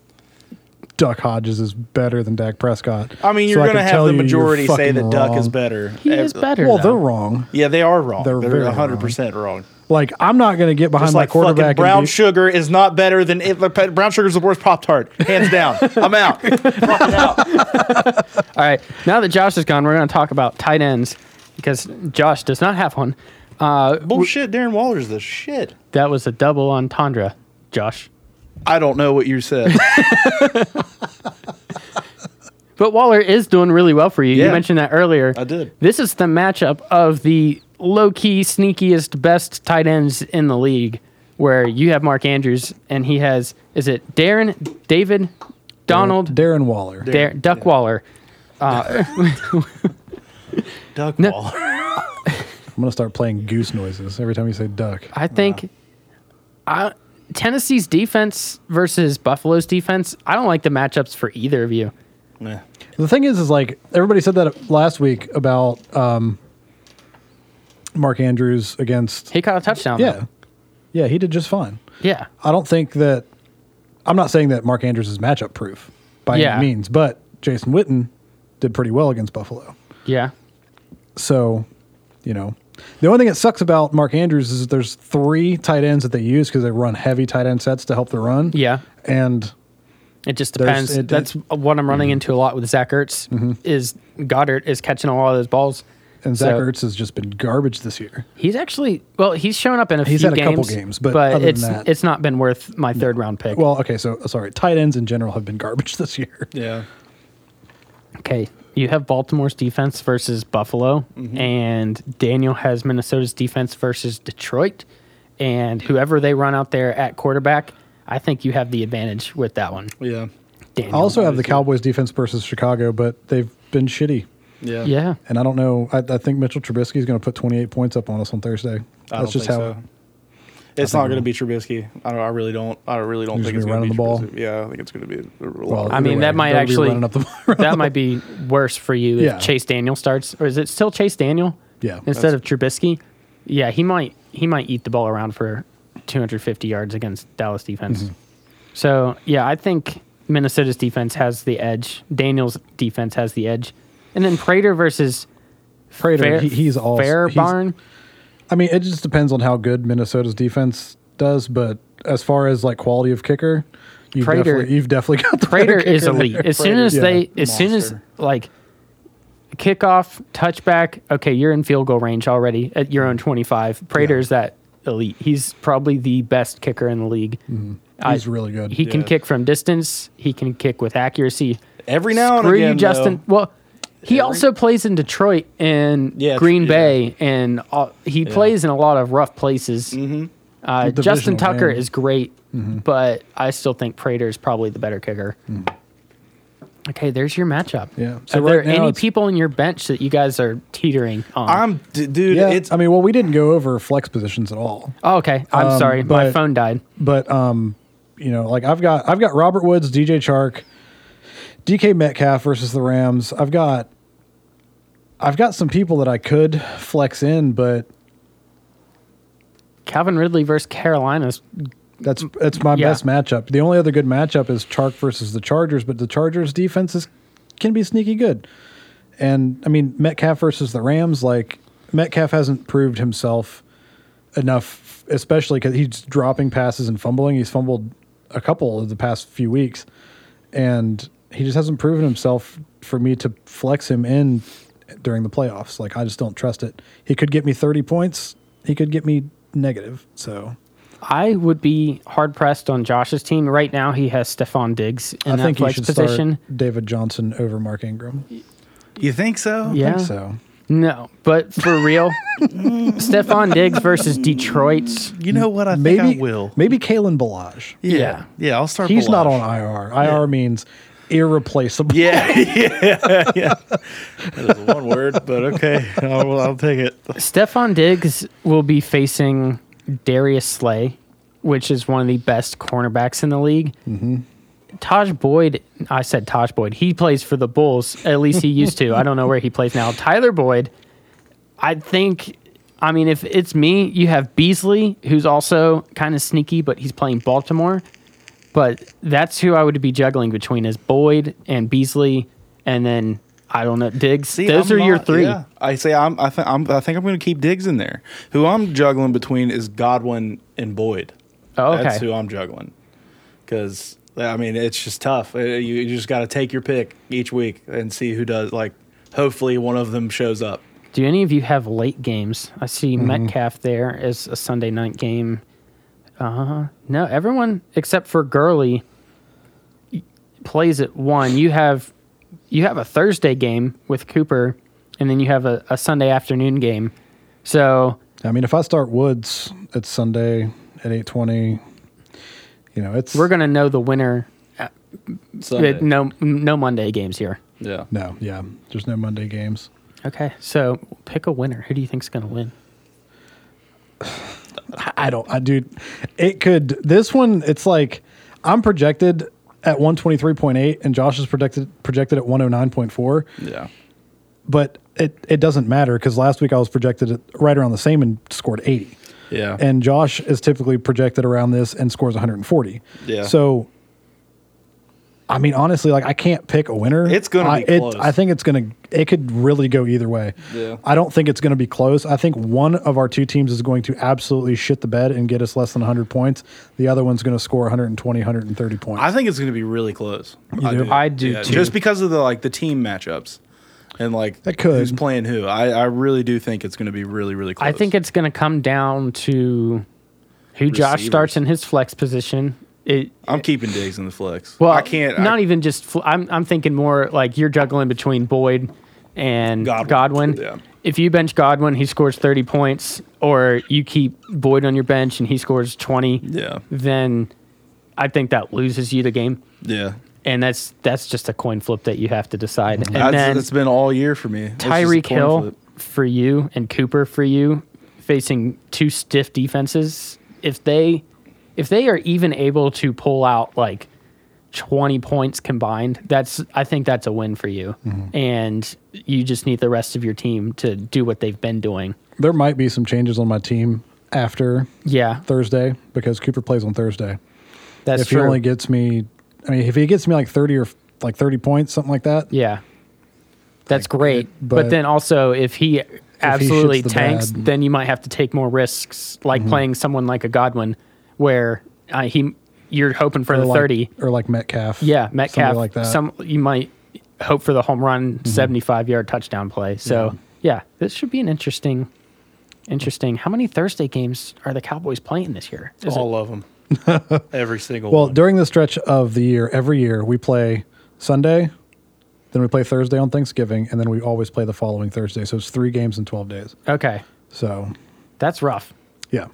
Speaker 1: Duck Hodges is better than Dak Prescott.
Speaker 3: I mean, you're
Speaker 1: So
Speaker 3: going
Speaker 1: can
Speaker 3: to have
Speaker 1: tell
Speaker 3: the
Speaker 1: you you're
Speaker 3: majority say
Speaker 1: fucking
Speaker 3: that Duck is
Speaker 1: wrong.
Speaker 3: better.
Speaker 2: He is
Speaker 3: Ev-
Speaker 2: better.
Speaker 1: Well,
Speaker 2: though.
Speaker 1: they're wrong.
Speaker 3: Yeah, they are wrong.
Speaker 1: They're
Speaker 3: They're,
Speaker 1: very
Speaker 3: 100% wrong.
Speaker 1: Like I'm not going to get behind
Speaker 3: It's
Speaker 1: my
Speaker 3: like fucking
Speaker 1: quarterback.
Speaker 3: brown
Speaker 1: and be-
Speaker 3: sugar is not better than it, like, brown sugar is the worst Pop Tart,
Speaker 1: *laughs*
Speaker 3: hands down. I'm out. Fucking out.
Speaker 2: All right. Now that Josh is gone, we're going to talk about tight ends because Josh does not have one. Uh,
Speaker 3: Bullshit. Darren Waller's the shit.
Speaker 2: That was a double entendre. Josh.
Speaker 3: I don't know what you said.
Speaker 1: *laughs*
Speaker 2: But Waller is doing really well for you. You
Speaker 3: Yeah.
Speaker 2: mentioned that earlier.
Speaker 3: I did.
Speaker 2: This is the matchup of the low key, sneakiest, best tight ends in the league, where you have Mark Andrews and he has, is it Darren, David, Donald,
Speaker 1: Darren Waller.
Speaker 2: Dar- Duck Waller?
Speaker 3: Duck Waller. *laughs*
Speaker 1: I'm gonna start playing goose noises every time you say duck.
Speaker 2: I think I, Tennessee's defense versus Buffalo's defense, I don't like the matchups for either of you.
Speaker 3: Nah.
Speaker 1: The thing is, is like everybody said that last week about um, Mark Andrews against.
Speaker 2: He caught a touchdown.
Speaker 1: Yeah,
Speaker 2: though.
Speaker 1: yeah, he did just fine.
Speaker 2: Yeah.
Speaker 1: I don't think that. I'm not saying that Mark Andrews is matchup proof by
Speaker 2: Yeah.
Speaker 1: any means, but Jason Witten did pretty well against Buffalo.
Speaker 2: Yeah.
Speaker 1: So, you know, the only thing that sucks about Mark Andrews is that there's three tight ends that they use because they run heavy tight end sets to help the run.
Speaker 2: Yeah.
Speaker 1: and
Speaker 2: It just
Speaker 1: There's-
Speaker 2: depends.
Speaker 1: it- mm-hmm. it-
Speaker 2: That's what I'm running into a lot with Zach Ertz. Is Goddard is catching a lot of those balls.
Speaker 1: and Zach
Speaker 2: So-
Speaker 1: Ertz has just been garbage this year.
Speaker 2: He's actually well. He's shown up in a
Speaker 1: He's
Speaker 2: few
Speaker 1: had a
Speaker 2: games,
Speaker 1: couple games, but other than
Speaker 2: it's
Speaker 1: that-
Speaker 2: it's not been worth my third round pick.
Speaker 1: Well, okay, so uh, sorry, tight ends in general have been *laughs* garbage this year.
Speaker 3: Yeah.
Speaker 2: okay, you have Baltimore's defense versus Buffalo,
Speaker 1: Mm-hmm.
Speaker 2: and Daniel has Minnesota's defense versus Detroit, and whoever they run out there at quarterback, I think you have the advantage with that one.
Speaker 3: Yeah.
Speaker 1: I
Speaker 2: Daniel.
Speaker 1: also have the Cowboys defense versus Chicago, but they've been shitty.
Speaker 3: Yeah.
Speaker 2: yeah,
Speaker 1: *laughs* And I don't know. I, I think Mitchell Trubisky is going to put 28 points up on us on Thursday.
Speaker 3: I
Speaker 1: That's
Speaker 3: don't
Speaker 1: just
Speaker 3: think
Speaker 1: how.
Speaker 3: so. It's not going to be Trubisky. I, don't, I really don't. I really don't
Speaker 1: He's
Speaker 3: think
Speaker 1: gonna
Speaker 3: it's
Speaker 1: be
Speaker 3: going to
Speaker 1: running
Speaker 3: be
Speaker 1: the ball.
Speaker 3: Trubisky. Yeah, I think it's going to be. A, a
Speaker 1: Well,
Speaker 3: lot.
Speaker 2: I mean,
Speaker 1: either
Speaker 2: that
Speaker 1: way,
Speaker 2: might
Speaker 1: they'll be
Speaker 2: actually-
Speaker 1: running up
Speaker 2: *laughs*
Speaker 1: the.
Speaker 2: that might be worse for you if
Speaker 1: Yeah.
Speaker 2: Chase Daniel starts, or is it still Chase Daniel?
Speaker 1: Yeah,
Speaker 2: instead of Trubisky. Yeah, he might he might eat the ball around for 250 yards against Dallas defense.
Speaker 1: Mm-hmm.
Speaker 2: So yeah, I think Minnesota's defense has the edge. Daniel's defense has the edge, and then Prater versus
Speaker 1: Prater,
Speaker 2: Fair,
Speaker 1: he, he's all he's- *laughs*
Speaker 2: Fairbarn.
Speaker 1: I mean, it just depends on how good Minnesota's defense does, but as far as like quality of kicker, you've,
Speaker 2: Prater-
Speaker 1: definitely, you've definitely got the better
Speaker 2: Prater is
Speaker 1: kicker
Speaker 2: elite.
Speaker 1: there.
Speaker 2: As soon
Speaker 3: Prater,
Speaker 2: as
Speaker 1: yeah,
Speaker 2: they, as soon as
Speaker 3: monster.
Speaker 2: like kickoff, touchback, okay, you're in field goal range already at your own 25. Prater
Speaker 1: Yeah.
Speaker 2: is that elite. He's probably the best kicker in the league. I-
Speaker 1: Mm-hmm. He's really good.
Speaker 2: He can
Speaker 3: Yeah.
Speaker 2: kick from distance. He can kick with accuracy.
Speaker 3: Every now and
Speaker 2: Screw
Speaker 3: again,
Speaker 2: you, Justin.
Speaker 3: though-
Speaker 2: Well, he also plays in Detroit and
Speaker 3: Yeah, it's-
Speaker 2: Green
Speaker 3: yeah.
Speaker 2: Bay, and all, he plays in a lot of rough places. Mm-hmm. Uh,
Speaker 1: Divisional
Speaker 2: Justin Tucker
Speaker 1: game. Mm-hmm.
Speaker 2: is great, but I still think Prater is probably the better kicker. Okay, there's your matchup.
Speaker 1: Mm. Yeah.
Speaker 2: So
Speaker 1: So
Speaker 2: are there
Speaker 1: right now
Speaker 2: any
Speaker 1: it's-
Speaker 2: people in your bench that you guys are teetering on?
Speaker 3: I'm d- dude.
Speaker 1: yeah,
Speaker 3: It's
Speaker 1: I mean, well, we didn't go over flex positions at all,
Speaker 2: oh, okay. I'm
Speaker 1: um,
Speaker 2: sorry, my
Speaker 1: but-
Speaker 2: phone died.
Speaker 1: but um, you know, like I've got I've got Robert Woods, DJ Chark, DK Metcalf versus the Rams. I've got I've got some people that I could flex in, but
Speaker 2: Calvin Ridley versus Carolina's
Speaker 1: That's that's my
Speaker 2: Yeah.
Speaker 1: best matchup. The only other good matchup is Chark versus the Chargers, but the Chargers defense is, can be sneaky good. And I mean Metcalf versus the Rams, like Metcalf hasn't proved himself enough, especially because he's dropping passes and fumbling. He's fumbled a couple of the past few weeks, and he just hasn't proven himself for me to flex him in during the playoffs. Like I just don't trust it. He could get me thirty points. He could get me negative. So
Speaker 2: I would be hard pressed on Josh's team right now. He has Stephon Diggs in
Speaker 1: I
Speaker 2: that
Speaker 1: think you
Speaker 2: flex
Speaker 1: should
Speaker 2: position.
Speaker 1: start David Johnson over Mark Ingram.
Speaker 3: you think so?
Speaker 1: I
Speaker 2: yeah,
Speaker 1: think so.
Speaker 2: no, but for real, Stephon Diggs versus Detroit.
Speaker 3: You know what? I
Speaker 1: Maybe
Speaker 3: think I will.
Speaker 1: Maybe Kalen Balaj.
Speaker 3: Yeah.
Speaker 2: Yeah.
Speaker 3: yeah. I'll start.
Speaker 1: He's not
Speaker 3: Balazs.
Speaker 1: on IR. IR means irreplaceable.
Speaker 3: Yeah, yeah, yeah. That is one word, but okay, *laughs* I'll, I'll take it.
Speaker 2: Stephon Diggs will be facing Darius Slay, which is one of the best cornerbacks in the league.
Speaker 3: Mm-hmm.
Speaker 2: Taj Boyd, I said Taj Boyd. He plays for the Bulls. At least he used to. I don't know where he plays now. Tyler Boyd, I think. I mean, if it's me, you have Beasley, who's also kind of sneaky, but he's playing Baltimore. But that's who I would be juggling between is Boyd and Beasley, and then I don't know Diggs.
Speaker 3: See,
Speaker 2: Those
Speaker 3: I'm
Speaker 2: are your
Speaker 3: not-
Speaker 2: three.
Speaker 3: yeah. I say I'm. I, th- I'm, I think I'm going to keep Diggs in there. Who I'm juggling between is Godwin and Boyd.
Speaker 2: Oh, okay.
Speaker 3: That's who I'm juggling. Because I mean, it's just tough. Uh, You, you just got to take your pick each week and see who does. Like, hopefully, one of them shows up.
Speaker 2: Do Mm-hmm. any of you have late games? I see Metcalf there as a Sunday night game. Uh, no, everyone except for Gurley plays at one. You have you have a Thursday game with Cooper, and then you have a, a Sunday afternoon game. So
Speaker 1: *laughs* I mean, if I start Woods at Sunday at eight twenty, you know, it's
Speaker 2: we're gonna know the winner.
Speaker 4: Sunday.
Speaker 2: Uh, No, no Monday games here.
Speaker 4: Yeah.
Speaker 1: no, yeah, there's no Monday games.
Speaker 2: Okay, so pick a winner. Who do you think's gonna win?
Speaker 1: I- I don't, I dude, it could. This one, it's like I'm projected at one twenty three point eight, and Josh is projected projected at one hundred nine point four.
Speaker 4: Yeah.
Speaker 1: But it it doesn't matter because last week I was projected at right around the same and scored eighty.
Speaker 3: Yeah.
Speaker 1: and Josh is typically projected around this and scores 140.
Speaker 3: Yeah.
Speaker 1: So, I mean, honestly, like I can't pick a winner.
Speaker 3: It's gonna
Speaker 1: I,
Speaker 3: be
Speaker 1: it-
Speaker 3: close.
Speaker 1: I think it's gonna. It could really go either way.
Speaker 4: Yeah.
Speaker 1: I don't think it's gonna be close. I think one of our two teams is going to absolutely shit the bed and get us less than 100 points. The other one's gonna score 120, 130 points.
Speaker 3: I think it's going to be really close.
Speaker 1: You do?
Speaker 2: I do
Speaker 3: Yeah,
Speaker 2: too.
Speaker 3: Just because of the like the team matchups and like
Speaker 1: That could.
Speaker 3: who's playing who. I, I really do think it's going to be really really close.
Speaker 2: I think it's going to come down to who Josh
Speaker 3: Receivers.
Speaker 2: starts in his flex position. It,
Speaker 3: I'm keeping Diggs in the flex.
Speaker 2: well,
Speaker 3: I can't.
Speaker 2: Not e-
Speaker 3: I,
Speaker 2: even just. Fl- I'm I'm thinking more like you're juggling between Boyd and
Speaker 3: Godwin.
Speaker 2: Godwin.
Speaker 3: Yeah.
Speaker 2: If you bench Godwin, he scores 30 points, or you keep Boyd on your bench and he scores 20.
Speaker 3: Yeah.
Speaker 2: Then I think that loses you the game,
Speaker 3: Yeah.
Speaker 2: and that's that's just a coin flip that you have to decide. And
Speaker 3: That's,
Speaker 2: then
Speaker 3: it's been all year for me. It's just a
Speaker 2: Tyreek
Speaker 3: coin
Speaker 2: Hill
Speaker 3: flip.
Speaker 2: for you and Cooper for you facing two stiff defenses. If they if they are even able to pull out like 20 points combined, that's I think that's a win for you. And you just need the rest of your team to do what they've been doing.
Speaker 1: there might be some changes on my team after
Speaker 2: Yeah,
Speaker 1: Thursday because Cooper plays on Thursday.
Speaker 2: that's
Speaker 1: if
Speaker 2: true.
Speaker 1: he only gets me, I mean, if he gets me like 30 or like 30 points, something like that.
Speaker 2: yeah. That's great. but,
Speaker 1: but-
Speaker 2: then also if he absolutely
Speaker 1: the
Speaker 2: tanks,
Speaker 1: bed.
Speaker 2: then you might have to take more risks like playing someone like a Godwin where uh, he you're hoping for
Speaker 1: or
Speaker 2: the
Speaker 1: like-
Speaker 2: 30
Speaker 1: or like Metcalf.
Speaker 2: Yeah, Metcalf.
Speaker 1: Somebody like that.
Speaker 2: Some you might hope for the home run, seventy-five yard touchdown play. So yeah, this should be an interesting, interesting. How many Thursday games are the Cowboys playing this year? Is it-
Speaker 3: all of
Speaker 1: *laughs*
Speaker 3: them. Every single
Speaker 1: well,
Speaker 3: one.
Speaker 1: during the stretch of the year, every year we play Sunday, then we play Thursday on Thanksgiving, and then we always play the following Thursday. So it's three games in 12 days.
Speaker 2: okay,
Speaker 1: So,
Speaker 2: that's rough.
Speaker 1: yeah.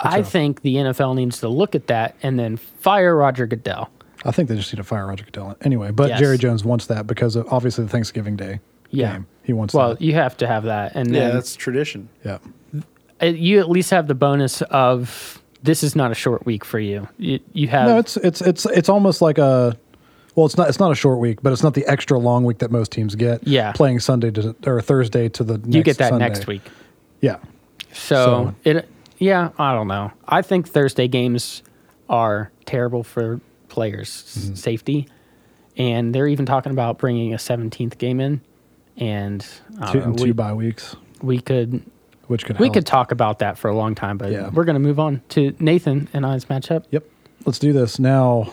Speaker 2: I think the NFL needs to look at that and then fire Roger Goodell.
Speaker 1: I think they just need to fire Roger Goodell. Anyway, but
Speaker 2: Yes.
Speaker 1: Jerry Jones wants that because of obviously the Thanksgiving Day
Speaker 2: Yeah.
Speaker 1: game. He wants
Speaker 2: Well,
Speaker 1: that.
Speaker 2: you have to have that, and
Speaker 3: yeah,
Speaker 2: then
Speaker 3: that's tradition.
Speaker 1: Yeah.
Speaker 2: uh, you at least have the bonus of this is not a short week for you. You, you have
Speaker 1: No, it's it's it's it's almost like a well, it's not it's not a short week, but it's not the extra long week that most teams get.
Speaker 2: Yeah.
Speaker 1: playing Sunday to or Thursday to the next
Speaker 2: you get that
Speaker 1: Sunday.
Speaker 2: next week.
Speaker 1: Yeah,
Speaker 2: So, it, yeah, I don't know. I think Thursday games are terrible for players' s-
Speaker 1: Mm-hmm.
Speaker 2: safety, and they're even talking about bringing a 17th game in, and I
Speaker 1: two,
Speaker 2: don't know,
Speaker 1: and two
Speaker 2: Uh, we,
Speaker 1: bye weeks,
Speaker 2: we could
Speaker 1: which could
Speaker 2: we
Speaker 1: help.
Speaker 2: could talk about that for a long time, but
Speaker 1: Yeah.
Speaker 2: we're gonna move on to Nathan and I's
Speaker 1: *laughs*
Speaker 2: matchup.
Speaker 1: Yep. Let's do this now,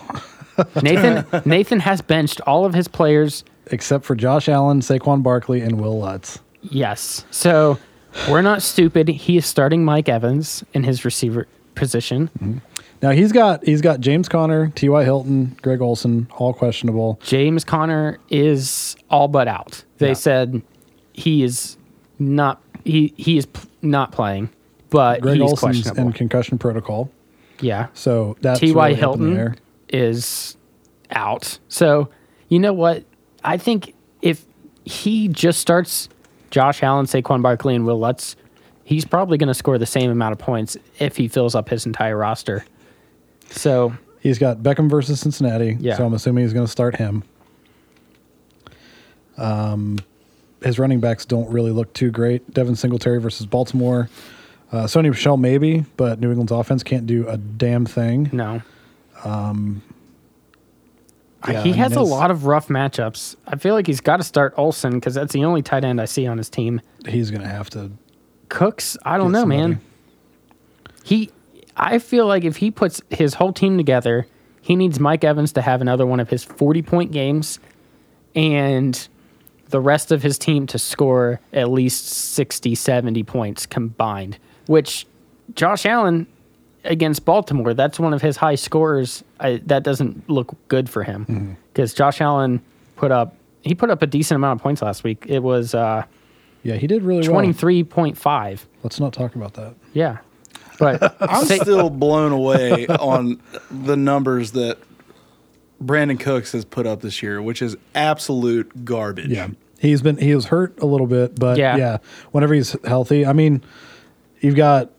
Speaker 2: Nathan Nathan has benched all of his players.
Speaker 1: except for Josh Allen, Saquon Barkley, and Will Lutz.
Speaker 2: Yes, so we're not stupid. He is starting Mike Evans in his receiver position.
Speaker 1: Mm-hmm. Now he's got he's got James Conner, T.Y. Hilton, Greg Olson, all questionable.
Speaker 2: James Conner is all but out. They
Speaker 1: Yeah.
Speaker 2: said he is not he he is p- not playing, but
Speaker 1: Greg
Speaker 2: he's
Speaker 1: Olson's
Speaker 2: questionable.
Speaker 1: in concussion protocol,
Speaker 2: yeah.
Speaker 1: so that's
Speaker 2: T.Y.
Speaker 1: really up in the
Speaker 2: Hilton
Speaker 1: air.
Speaker 2: is out. So, you know what? I think if he just starts Josh Allen, Saquon Barkley, and Will Lutz, he's probably going to score the same amount of points if he fills up his entire roster. So,
Speaker 1: He's got Beckham versus Cincinnati.
Speaker 2: Yeah.
Speaker 1: So I'm assuming he's going to start him. Um, his running backs don't really look too great. Devin Singletary versus Baltimore. Uh, Sony Michelle maybe, but New England's offense can't do a damn thing.
Speaker 2: No. Um,
Speaker 1: yeah,
Speaker 2: he
Speaker 1: I
Speaker 2: has
Speaker 1: mean,
Speaker 2: a
Speaker 1: it's-
Speaker 2: lot of rough matchups. I feel like he's got to start Olsen because that's the only tight end I see on his team.
Speaker 1: He's going to have to.
Speaker 2: Cooks, I don't
Speaker 1: Get
Speaker 2: know, man.
Speaker 1: somebody.
Speaker 2: He, I feel like if he puts his whole team together, he needs Mike Evans to have another one of his forty-point games, and the rest of his team to score at least 60, 70 points combined. Which Josh Allen against Baltimore. That's one of his high scores. I, that doesn't look good for him because Josh Allen put up he put up a decent amount of points last week. It was uh,
Speaker 1: Yeah, he did really
Speaker 2: twenty
Speaker 1: well.
Speaker 2: three point five.
Speaker 1: Let's not talk about that.
Speaker 2: Yeah,
Speaker 3: *laughs*
Speaker 2: but
Speaker 3: I'm
Speaker 2: say- *laughs*
Speaker 3: still blown away on the numbers that Brandon Cooks has put up this year, which is absolute garbage.
Speaker 1: Yeah. He's been he was hurt a little bit, but
Speaker 2: Yeah.
Speaker 1: yeah, whenever he's healthy, I mean, you've got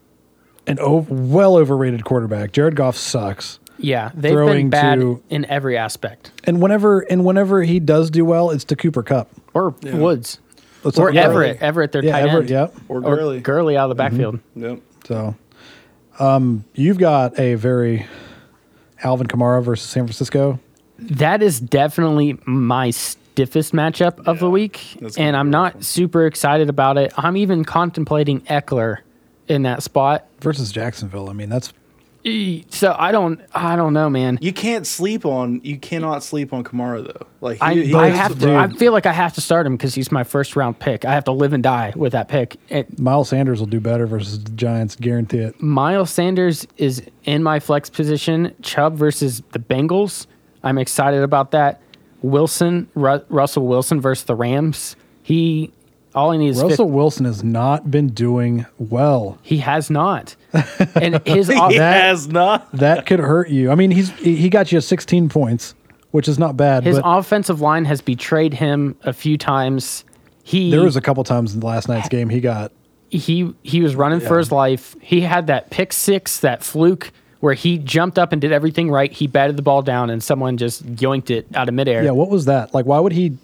Speaker 1: an o- well overrated quarterback. Jared Goff sucks.
Speaker 2: yeah, they've been
Speaker 1: throwing
Speaker 2: bad
Speaker 1: to-
Speaker 2: in every aspect.
Speaker 1: And whenever and whenever he does do well, it's to Cooper Cup.
Speaker 2: Or Woods
Speaker 1: Let's
Speaker 2: or
Speaker 1: not- yeah.
Speaker 2: Everett, Everett, their
Speaker 1: Yeah,
Speaker 2: tight
Speaker 1: Everett,
Speaker 2: end.
Speaker 1: yep.
Speaker 3: Or
Speaker 2: Or
Speaker 3: Gurley.
Speaker 2: Gurley out of the backfield.
Speaker 3: Yep.
Speaker 1: So um you've got a very Alvin Kamara versus San Francisco.
Speaker 2: That is definitely my stiffest matchup of the week,
Speaker 3: that's gonna
Speaker 2: and
Speaker 3: be
Speaker 2: I'm
Speaker 3: a rough
Speaker 2: not
Speaker 3: one.
Speaker 2: super excited about it. I'm even contemplating Eckler in that spot.
Speaker 1: versus Jacksonville. I mean, that's
Speaker 2: E- So I don't, I don't know, man.
Speaker 3: You can't sleep on. You cannot sleep on Kamara though. Like
Speaker 2: I,
Speaker 3: he- he
Speaker 2: I
Speaker 3: is
Speaker 2: have
Speaker 3: the-
Speaker 2: to. I feel like I have to start him because he's my first round pick. I have to live and die with that pick. And
Speaker 1: Miles Sanders will do better versus the Giants. Guarantee it.
Speaker 2: Miles Sanders is in my flex position. Chubb versus the Bengals. I'm excited about that. Wilson, Ru- Russell Wilson versus the Rams. He, all he needs. is fif-
Speaker 1: Russell Wilson has not been doing well.
Speaker 2: He
Speaker 1: *laughs*
Speaker 2: has not. And his
Speaker 3: *laughs* He
Speaker 2: off-
Speaker 3: has not.
Speaker 1: That could hurt you. I mean, he's he he got you 16 points, which is not bad.
Speaker 2: his
Speaker 1: but
Speaker 2: offensive line has betrayed him a few times. He
Speaker 1: there was a couple times in last night's game he got.
Speaker 2: he he was running for his life. He had that pick six, that fluke where he jumped up and did everything right. He batted the ball down and someone just yoinked it out of midair.
Speaker 1: Yeah, what was that? Like, why would he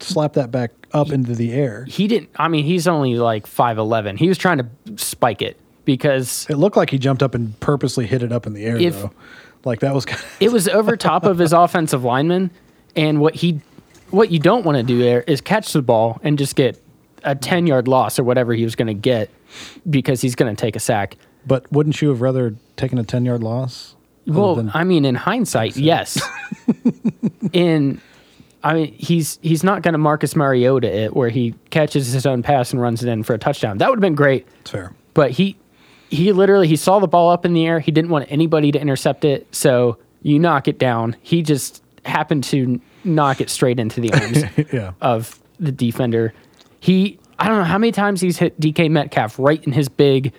Speaker 1: slap that back up into the air?
Speaker 2: he didn't I mean, he's only like 5'11. He was trying to spike it because
Speaker 1: It looked like he jumped up and purposely hit it up in the air,
Speaker 2: If-
Speaker 1: though. Like that was kind of, *laughs*
Speaker 2: it was over top of his *laughs* offensive lineman and what he what you don't want to do there is catch the ball and just get a 10 yard loss or whatever he was going to get because he's going to take a sack
Speaker 1: but wouldn't you have rather taken a 10 yard loss? other
Speaker 2: well
Speaker 1: than-
Speaker 2: i mean in hindsight yes in i mean he's he's not going to marcus mariota it where he catches his own pass and runs it in for a touchdown that would have been great
Speaker 1: it's fair.
Speaker 2: but he he literally he saw the ball up in the air. He didn't want anybody to intercept it, so you knock it down. He just happened to n- knock it straight into the arms
Speaker 1: Yeah.
Speaker 2: of the defender. He I don't know how many times he's hit DK Metcalf right in his big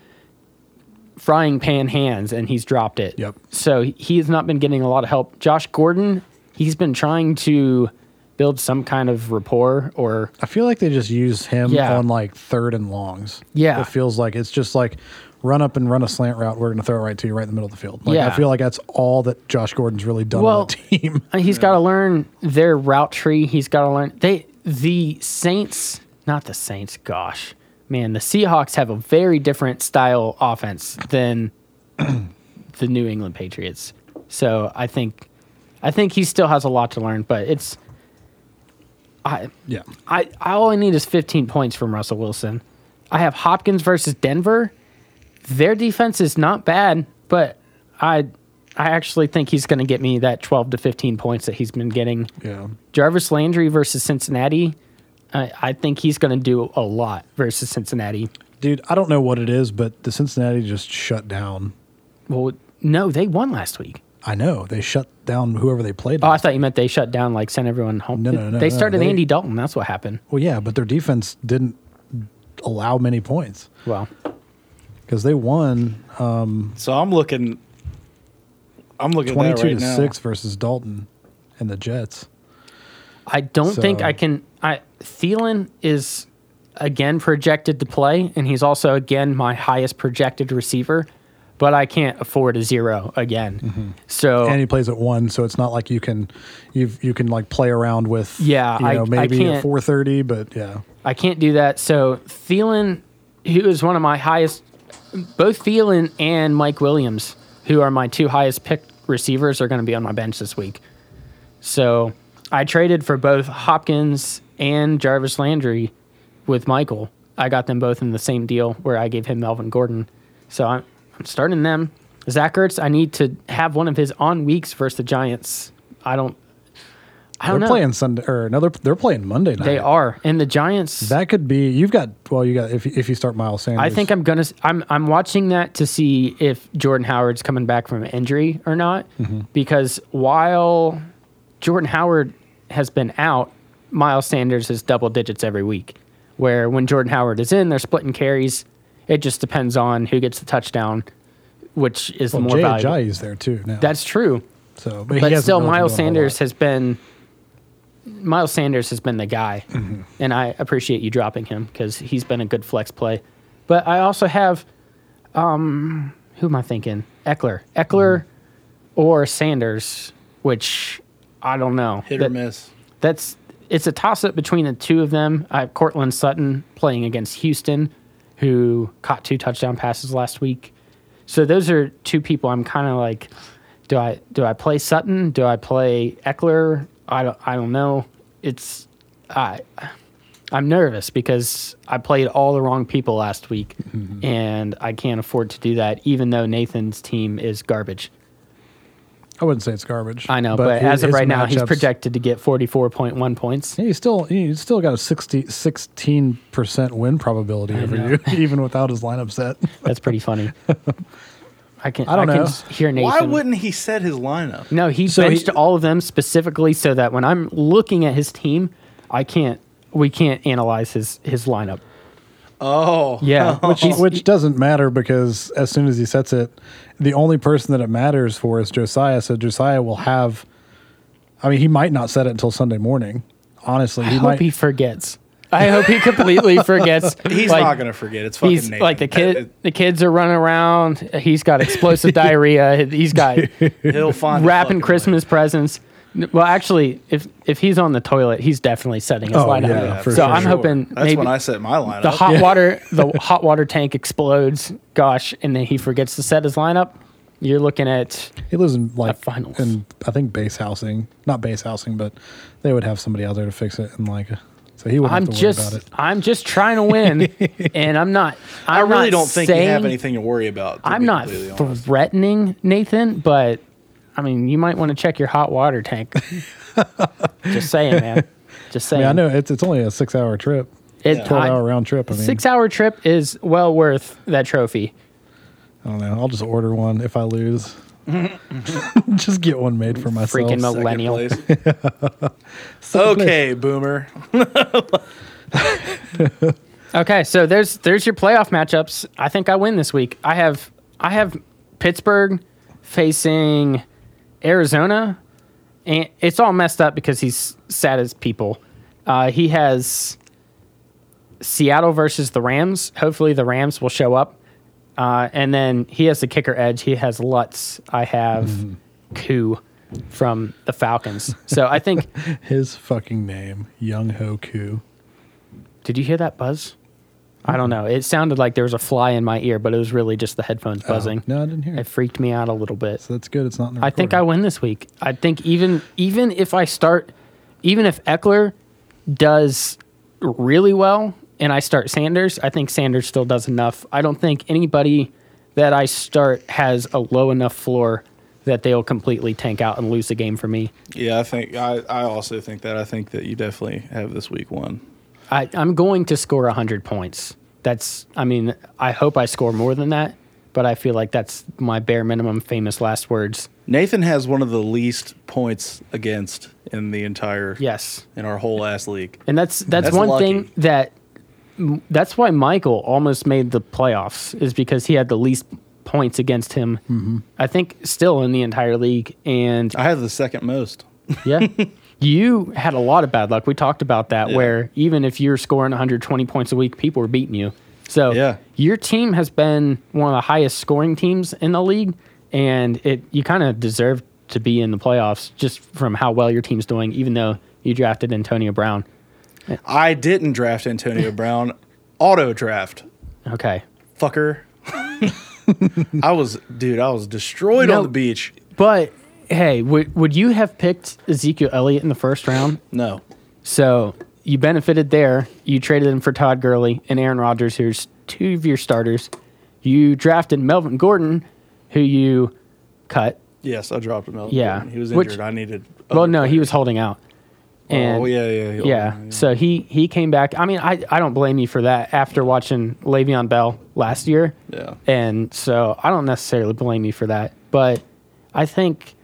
Speaker 2: frying pan hands and he's dropped it.
Speaker 1: Yep.
Speaker 2: So he has not been getting a lot of help. Josh Gordon, he's been trying to build some kind of rapport or
Speaker 1: I feel like they just use him
Speaker 2: Yeah.
Speaker 1: on like third and longs.
Speaker 2: Yeah.
Speaker 1: It feels like it's just like run up and run a slant route. We're going to throw it right to you right in the middle of the field. Like,
Speaker 2: Yeah.
Speaker 1: I feel like that's all that Josh Gordon's really done
Speaker 2: Well-
Speaker 1: on the team. *laughs*
Speaker 2: Uh, He's got to learn their route tree. He's got to learn they the Saints, not the Saints. Gosh, man, the Seahawks have a very different style offense than *clears throat* the New England Patriots. So I think, I think he still has a lot to learn. But it's, I,
Speaker 1: yeah.
Speaker 2: I, I all I need is 15 points from Russell Wilson. I have Hopkins versus Denver. Their defense is not bad, but I I actually think he's going to get me that 12 to 15 points that he's been getting.
Speaker 1: Yeah.
Speaker 2: Jarvis Landry versus Cincinnati. I, I think he's going to do a lot versus Cincinnati.
Speaker 1: Dude, I don't know what it is, but the Cincinnati just shut down.
Speaker 2: Well, no, they won last week.
Speaker 1: I know. They shut down whoever they played.
Speaker 2: Oh, I
Speaker 1: with.
Speaker 2: thought you meant they shut down, like sent everyone home.
Speaker 1: No, no, no,
Speaker 2: They
Speaker 1: no,
Speaker 2: started
Speaker 1: they-
Speaker 2: Andy Dalton. That's what happened.
Speaker 1: well, yeah, but their defense didn't allow many points
Speaker 2: Well,
Speaker 1: because they won
Speaker 3: So I'm looking. I'm looking at
Speaker 1: 22
Speaker 3: that right
Speaker 1: to
Speaker 3: now.
Speaker 1: 6 versus Dalton and the Jets.
Speaker 2: I don't think
Speaker 1: So-
Speaker 2: I can. I Thielen is again projected to play, and he's also again my highest projected receiver. But I can't afford a zero again. So
Speaker 1: Mm-hmm. and he plays at one, so it's not like you can you you can like play around with
Speaker 2: Yeah,
Speaker 1: you
Speaker 2: I-
Speaker 1: know
Speaker 2: I
Speaker 1: maybe
Speaker 2: can't-
Speaker 1: at four thirty, but yeah,
Speaker 2: I can't do that. So Thielen, who is one of my highest, both Thielen and Mike Williams, who are my two highest picked receivers, are going to be on my bench this week. So I traded for both Hopkins and Jarvis Landry with Michael. I got them both in the same deal where I gave him Melvin Gordon. So I'm, I'm starting them. Zach Ertz, I need to have one of his on weeks versus the Giants. I don't. I don't
Speaker 1: they're
Speaker 2: know.
Speaker 1: playing Sunday or another. They're playing Monday night.
Speaker 2: They are, and the Giants.
Speaker 1: That could be. You've got. Well, you got. If if you start Miles Sanders,
Speaker 2: I think I'm gonna. s- I'm I'm watching that to see if Jordan Howard's coming back from injury or not, because while Jordan Howard has been out, Miles Sanders is double digits every week. Where when Jordan Howard is in, they're splitting carries. It just depends on who gets the touchdown, which is
Speaker 1: well,
Speaker 2: the more
Speaker 1: Jay
Speaker 2: valuable.
Speaker 1: Ajayi's there too now.
Speaker 2: That's true,
Speaker 1: so, he
Speaker 2: but
Speaker 1: hasn't
Speaker 2: still,
Speaker 1: really been doing
Speaker 2: Miles
Speaker 1: a whole
Speaker 2: Sanders
Speaker 1: lot.
Speaker 2: has been. Miles Sanders has been the guy,
Speaker 1: Mm-hmm.
Speaker 2: and I appreciate you dropping him because he's been a good flex play. But I also have, um, who am I thinking? Eckler, Eckler,
Speaker 1: Mm-hmm.
Speaker 2: or Sanders, which I don't know.
Speaker 3: Hit
Speaker 2: That-
Speaker 3: or miss.
Speaker 2: That's it's a toss up between the two of them. I have Cortland Sutton playing against Houston, who caught two touchdown passes last week. So those are two people I'm kind of like, do I do I play Sutton? Do I play Eckler? I don't I don't know. It's I I'm nervous because I played all the wrong people last week, and I can't afford to do that. Even though Nathan's team is garbage.
Speaker 1: I wouldn't say it's garbage.
Speaker 2: I know, but, as
Speaker 1: his-
Speaker 2: of
Speaker 1: his
Speaker 2: right now, he's
Speaker 1: matchups-
Speaker 2: projected to get 44.1 points.
Speaker 1: Yeah, he's still he's still got a 16 percent win probability over you, *laughs* even without his lineup set.
Speaker 2: That's
Speaker 1: *laughs*
Speaker 2: pretty funny. I can.
Speaker 1: I
Speaker 2: I
Speaker 1: don't
Speaker 2: can
Speaker 1: know.
Speaker 2: s- hear Nathan.
Speaker 3: Why wouldn't he set his lineup?
Speaker 2: No, he
Speaker 1: So he-
Speaker 2: benched all of them specifically so that when I'm looking at his team, I can't. We can't analyze his his lineup.
Speaker 3: Oh,
Speaker 1: *laughs*
Speaker 2: Yeah,
Speaker 1: which
Speaker 2: he's-
Speaker 1: which doesn't matter because as soon as he sets it, the only person that it matters for is Josiah. So Josiah will have. I mean, he might not set it until Sunday morning. Honestly,
Speaker 2: I
Speaker 1: he
Speaker 2: hope
Speaker 1: might.
Speaker 2: he forgets. I hope he *laughs* completely forgets.
Speaker 3: He's
Speaker 2: Like,
Speaker 3: not gonna forget. It's fucking
Speaker 2: he's
Speaker 3: Nathan.
Speaker 2: like the
Speaker 3: It-
Speaker 2: kid. The kids are running around. He's got *laughs* explosive diarrhea. He's *laughs* got
Speaker 3: it- he'll find a fucking
Speaker 2: wrapping
Speaker 3: way.
Speaker 2: Christmas presents. N- Well, actually, if if he's on the toilet, he's definitely setting his
Speaker 1: Oh,
Speaker 2: lineup.
Speaker 1: yeah, for
Speaker 2: so
Speaker 1: sure.
Speaker 2: I'm
Speaker 1: Sure.
Speaker 2: hoping
Speaker 3: That's
Speaker 2: maybe
Speaker 3: when I set my lineup.
Speaker 2: the hot water
Speaker 1: *laughs*
Speaker 2: the hot water tank explodes. Gosh, and then he forgets to set his lineup. You're looking at
Speaker 1: he lives in like
Speaker 2: finals.
Speaker 1: in I think base housing, not base housing, but they would have somebody out there to fix it and like. So he wouldn't
Speaker 2: I'm
Speaker 1: have to worry about
Speaker 2: just
Speaker 1: it.
Speaker 2: I'm just trying
Speaker 1: *laughs*
Speaker 2: to win, and I'm not.
Speaker 3: I
Speaker 2: I'm
Speaker 3: really
Speaker 2: not
Speaker 3: don't think you have
Speaker 2: saying-
Speaker 3: anything to worry about. to
Speaker 2: I'm
Speaker 3: be
Speaker 2: not
Speaker 3: completely honest.
Speaker 2: threatening Nathan, but I mean, you might want to check your hot
Speaker 1: *laughs*
Speaker 2: water tank. just saying, man. Just saying.
Speaker 1: Yeah, I know it's it's only a six hour trip,
Speaker 2: It-
Speaker 1: twelve
Speaker 2: I-
Speaker 1: hour round trip. I mean,
Speaker 2: Six hour trip is well worth that trophy.
Speaker 1: I don't know. I'll just order one if I
Speaker 2: *laughs*
Speaker 1: lose. *laughs* just get one made for myself.
Speaker 2: Freaking
Speaker 3: Second
Speaker 2: millennial.
Speaker 3: place.
Speaker 2: *laughs*
Speaker 1: *laughs* Second place.
Speaker 3: okay, boomer.
Speaker 2: Okay, so there's there's your playoff matchups. I think I win this week. I have I have Pittsburgh facing Arizona, and it's all messed up because he's sad as people. Uh, he has Seattle versus the Rams. Hopefully, the Rams will show up. Uh, and then he has the kicker edge. He has Lutz. I have Koo from the Falcons. So I think.
Speaker 1: His fucking name, Young Hoku.
Speaker 2: Did you hear that buzz? I don't know. It sounded like there was a fly in my ear, but it was really just the headphones buzzing.
Speaker 1: No, I didn't hear
Speaker 2: It
Speaker 1: it.
Speaker 2: freaked me out a little bit.
Speaker 1: So that's good. It's not. In the
Speaker 2: I think I
Speaker 1: recording.
Speaker 2: win this week. I think even even if I start, even if Eckler does really well and I start Sanders, I think Sanders still does enough. I don't think anybody that I start has a low enough floor that they'll completely tank out and lose the game for me.
Speaker 3: Yeah, I think I, I also think that I think that you definitely have this week one.
Speaker 2: I, I'm going to score 100 points. That's, I mean, I hope I score more than that, but I feel like that's my bare minimum famous last words.
Speaker 3: Nathan has one of the least points against in the entire
Speaker 2: Yes.
Speaker 3: in our whole ass league.
Speaker 2: And that's, that's,
Speaker 3: That's
Speaker 2: one
Speaker 3: lucky.
Speaker 2: thing that, m- that's why Michael almost made the playoffs, is because he had the least points against him, I think, still in the entire league. And
Speaker 3: I have the second most.
Speaker 2: yeah, *laughs* you had a lot of bad luck. We talked about that,
Speaker 3: Yeah.
Speaker 2: where even if you're scoring 120 points a week, people are beating you. So
Speaker 3: Yeah.
Speaker 2: your team has been one of the highest scoring teams in the league, and it you kind of deserve to be in the playoffs just from how well your team's doing, even though you drafted Antonio Brown.
Speaker 3: I didn't
Speaker 2: *laughs*
Speaker 3: draft Antonio Brown. Auto draft.
Speaker 2: Okay.
Speaker 3: Fucker. *laughs* I was dude, I was destroyed
Speaker 2: No.
Speaker 3: on the beach.
Speaker 2: But hey, would would you have picked Ezekiel Elliott in the first round?
Speaker 3: No.
Speaker 2: So you benefited there. You traded him for Todd Gurley and Aaron Rodgers, who's two of your starters. You drafted Melvin Gordon, who you cut.
Speaker 3: Yes, I dropped him out.
Speaker 2: Yeah.
Speaker 3: He was
Speaker 2: Which-
Speaker 3: injured. I needed uh,
Speaker 2: Well, no, he was holding out. And
Speaker 3: oh yeah, yeah, yeah.
Speaker 2: yeah. So he he came back. I mean, I, I don't blame you for that after watching Le'Veon Bell last year.
Speaker 3: Yeah.
Speaker 2: And so I don't necessarily blame you for that. But I think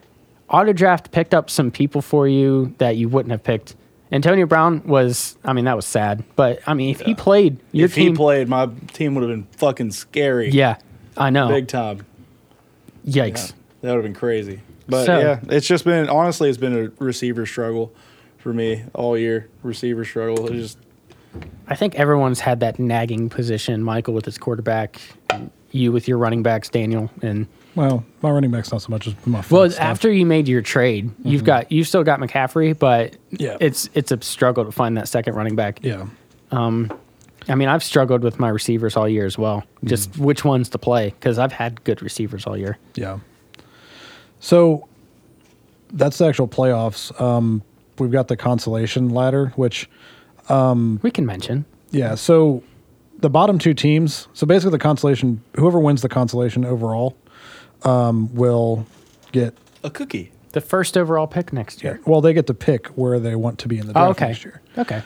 Speaker 2: Autodraft picked up some people for you that you wouldn't have picked. Antonio Brown was I mean, that was sad. But I mean if he played your
Speaker 3: if
Speaker 2: team
Speaker 3: he played, my team would have been fucking scary.
Speaker 2: Yeah. I know.
Speaker 3: big time.
Speaker 2: Yikes.
Speaker 3: That would have been crazy. But
Speaker 2: So-
Speaker 3: yeah, it's just been honestly, it's been a receiver struggle for me all year. Receiver struggle. It's just
Speaker 2: I think everyone's had that nagging position, Michael with his quarterback, you with your running backs, Daniel, and
Speaker 1: Well, my running back's not so much as my.
Speaker 2: Well,
Speaker 1: front
Speaker 2: it's
Speaker 1: stuff. Mm-hmm.
Speaker 2: after you made your trade, you've got you've still got McCaffrey, but
Speaker 1: Yeah.
Speaker 2: it's it's a struggle to find that second running back.
Speaker 1: yeah,
Speaker 2: I mean, I've struggled with my receivers all year as well.
Speaker 1: Mm-hmm.
Speaker 2: Just which ones to play because I've had good receivers all year.
Speaker 1: yeah. So that's the actual playoffs. Um, we've got the consolation ladder, which
Speaker 2: We can mention
Speaker 1: yeah. So the bottom two teams. So basically, the consolation. Whoever wins the consolation overall um, will get.
Speaker 3: a cookie.
Speaker 2: the first overall pick next year.
Speaker 1: Well, they get to pick where they want to be in the draft
Speaker 2: Oh, okay.
Speaker 1: next year.
Speaker 2: Okay.